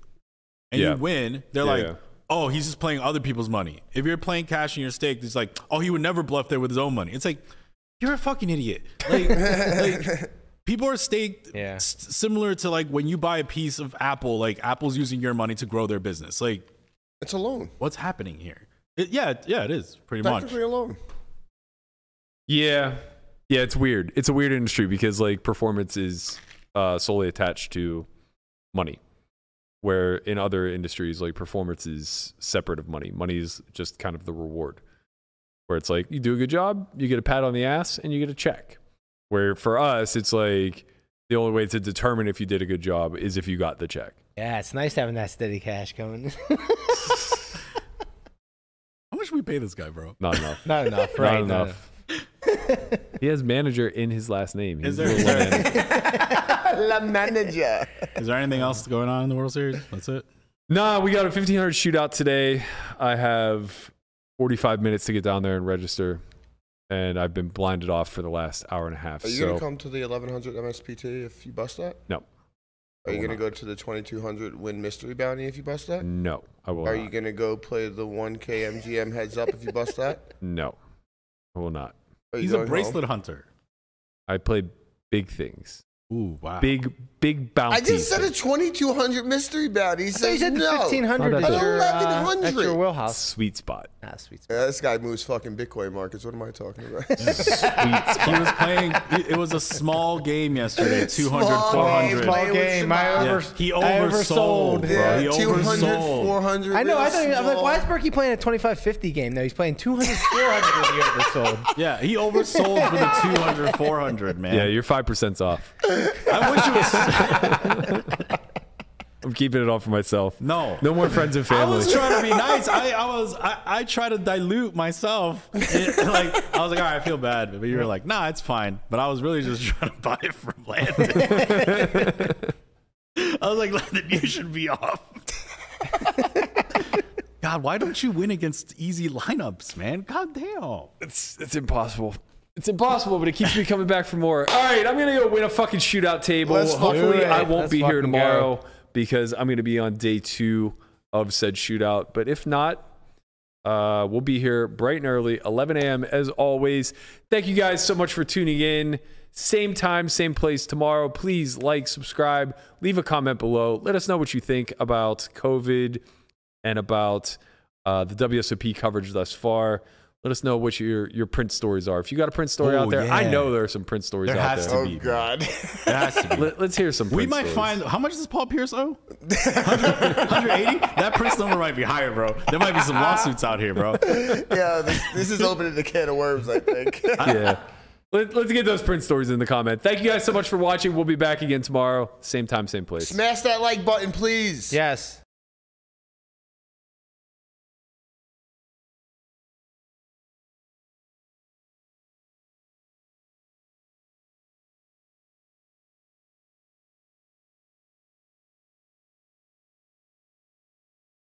Speaker 3: and
Speaker 2: Yeah.
Speaker 3: you win, they're
Speaker 2: Yeah,
Speaker 3: like,
Speaker 2: yeah.
Speaker 3: oh, he's just playing other people's money. If you're playing cash and you're staked, it's like, oh, he would never bluff there with his own money. It's like, you're a fucking idiot. Like, like, people are staked
Speaker 4: Yeah.
Speaker 3: s- similar to like when you buy a piece of Apple, like Apple's using your money to grow their business. Like,
Speaker 5: It's a loan.
Speaker 3: what's happening here? It- yeah, it- yeah, it is pretty much.
Speaker 5: Technically a loan.
Speaker 2: Yeah. Yeah, it's weird. It's a weird industry because like performance is uh solely attached to money. Where in other industries like performance is separate of money. Money is just kind of the reward. Where it's like you do a good job, you get a pat on the ass and you get a check. Where for us it's like the only way to determine if you did a good job is if you got the check.
Speaker 4: Yeah, it's nice having that steady cash coming.
Speaker 3: How much we pay this guy, bro?
Speaker 2: Not enough.
Speaker 4: Not enough,
Speaker 2: Not
Speaker 4: right?
Speaker 2: enough. He has manager in his last name. He's
Speaker 3: Is there-
Speaker 2: a little
Speaker 3: is there-
Speaker 2: manager.
Speaker 5: La manager.
Speaker 3: Is there anything else going on in the World Series? That's it.
Speaker 2: Nah, we got a 1500 shootout today. I have 45 minutes to get down there and register, and I've been blinded off for the last hour and a half.
Speaker 5: Are you
Speaker 2: so
Speaker 5: gonna come to the 1100 MSPT if you bust that?
Speaker 2: no,
Speaker 5: Are you
Speaker 2: will not.
Speaker 5: gonna go to the 2200 Win Mystery Bounty if you bust that?
Speaker 2: no, I will
Speaker 5: Are
Speaker 2: not.
Speaker 5: you gonna go play the 1K MGM Heads Up if you bust that?
Speaker 2: no, I will not.
Speaker 5: Are you
Speaker 3: He's a
Speaker 5: going home?
Speaker 3: bracelet hunter.
Speaker 2: I play big things.
Speaker 3: Ooh, wow.
Speaker 2: Big, big bounty.
Speaker 5: I just said a 2200 mystery bounty. He
Speaker 4: So
Speaker 5: says
Speaker 4: you said the
Speaker 5: no.
Speaker 4: 1500
Speaker 2: Not
Speaker 4: at
Speaker 2: that
Speaker 4: your, uh, at
Speaker 5: 1100.
Speaker 4: your wheelhouse.
Speaker 2: sweet spot.
Speaker 4: Nah, sweet.
Speaker 5: Yeah, this guy moves fucking Bitcoin markets. What am I talking about?
Speaker 3: he was playing. It, it was a small game yesterday. 200,
Speaker 5: Small game,
Speaker 3: 400.
Speaker 5: play with your
Speaker 4: game, I
Speaker 5: mind.
Speaker 3: Yeah,
Speaker 4: Overs-
Speaker 3: he
Speaker 4: I
Speaker 3: oversold,
Speaker 4: oversold,
Speaker 3: bro.
Speaker 5: Yeah,
Speaker 3: he
Speaker 5: 200,
Speaker 3: oversold.
Speaker 5: 400.
Speaker 4: I know. I
Speaker 5: thought
Speaker 4: thought I'm like, why is Berkey playing a 2550 game though? He's playing 200, 400 oversold.
Speaker 3: Yeah, he oversold for the 200, 400, man.
Speaker 2: Yeah, you're five percent off.
Speaker 3: I wish it was.
Speaker 2: I'm keeping it all for myself.
Speaker 3: No.
Speaker 2: no more friends and
Speaker 3: I
Speaker 2: family.
Speaker 3: was trying to be nice. I, I was I, I try to dilute myself. It- like I was like, all right, I feel bad, but you were like, nah, it's fine. But I was really just trying to buy it from Landon. I was like, Landon, you should be off. God, why don't you win against easy lineups, man? God damn.
Speaker 2: it's it's impossible. It's impossible, but it keeps me coming back for more. All right, I'm gonna go win a fucking shootout table.
Speaker 5: Let's fucking
Speaker 2: Hopefully,
Speaker 5: do it.
Speaker 2: I won't
Speaker 4: Let's
Speaker 2: be here
Speaker 4: fucking
Speaker 2: tomorrow because I'm gonna be on day two of said shootout. But if not, uh, we'll be here bright and early, 11 a.m. as always. Thank you guys so much for tuning in. Same time, same place tomorrow. Please like, subscribe, leave a comment below. Let us know what you think about COVID and about uh, the WSOP coverage thus far. Let us know what your your print stories are. If you got a print story
Speaker 3: Oh,
Speaker 2: out there, I
Speaker 3: yeah.
Speaker 2: know there are some print stories
Speaker 3: There
Speaker 2: out
Speaker 3: has
Speaker 2: there.
Speaker 3: to
Speaker 5: Oh,
Speaker 3: be.
Speaker 5: God.
Speaker 3: It has to be.
Speaker 2: Let, us hear some.
Speaker 3: We
Speaker 2: print
Speaker 3: might
Speaker 2: stories.
Speaker 3: find how much does Paul Pierce owe? 100 180? That Prince number might be higher, bro. There might be some lawsuits out here, bro.
Speaker 5: yeah, this, this is opening the can of worms, I think.
Speaker 2: yeah. Let, let's get those print stories in the comment. Thank you guys so much for watching. We'll be back again tomorrow, same time, same place.
Speaker 5: Smash that like button, please.
Speaker 4: Yes.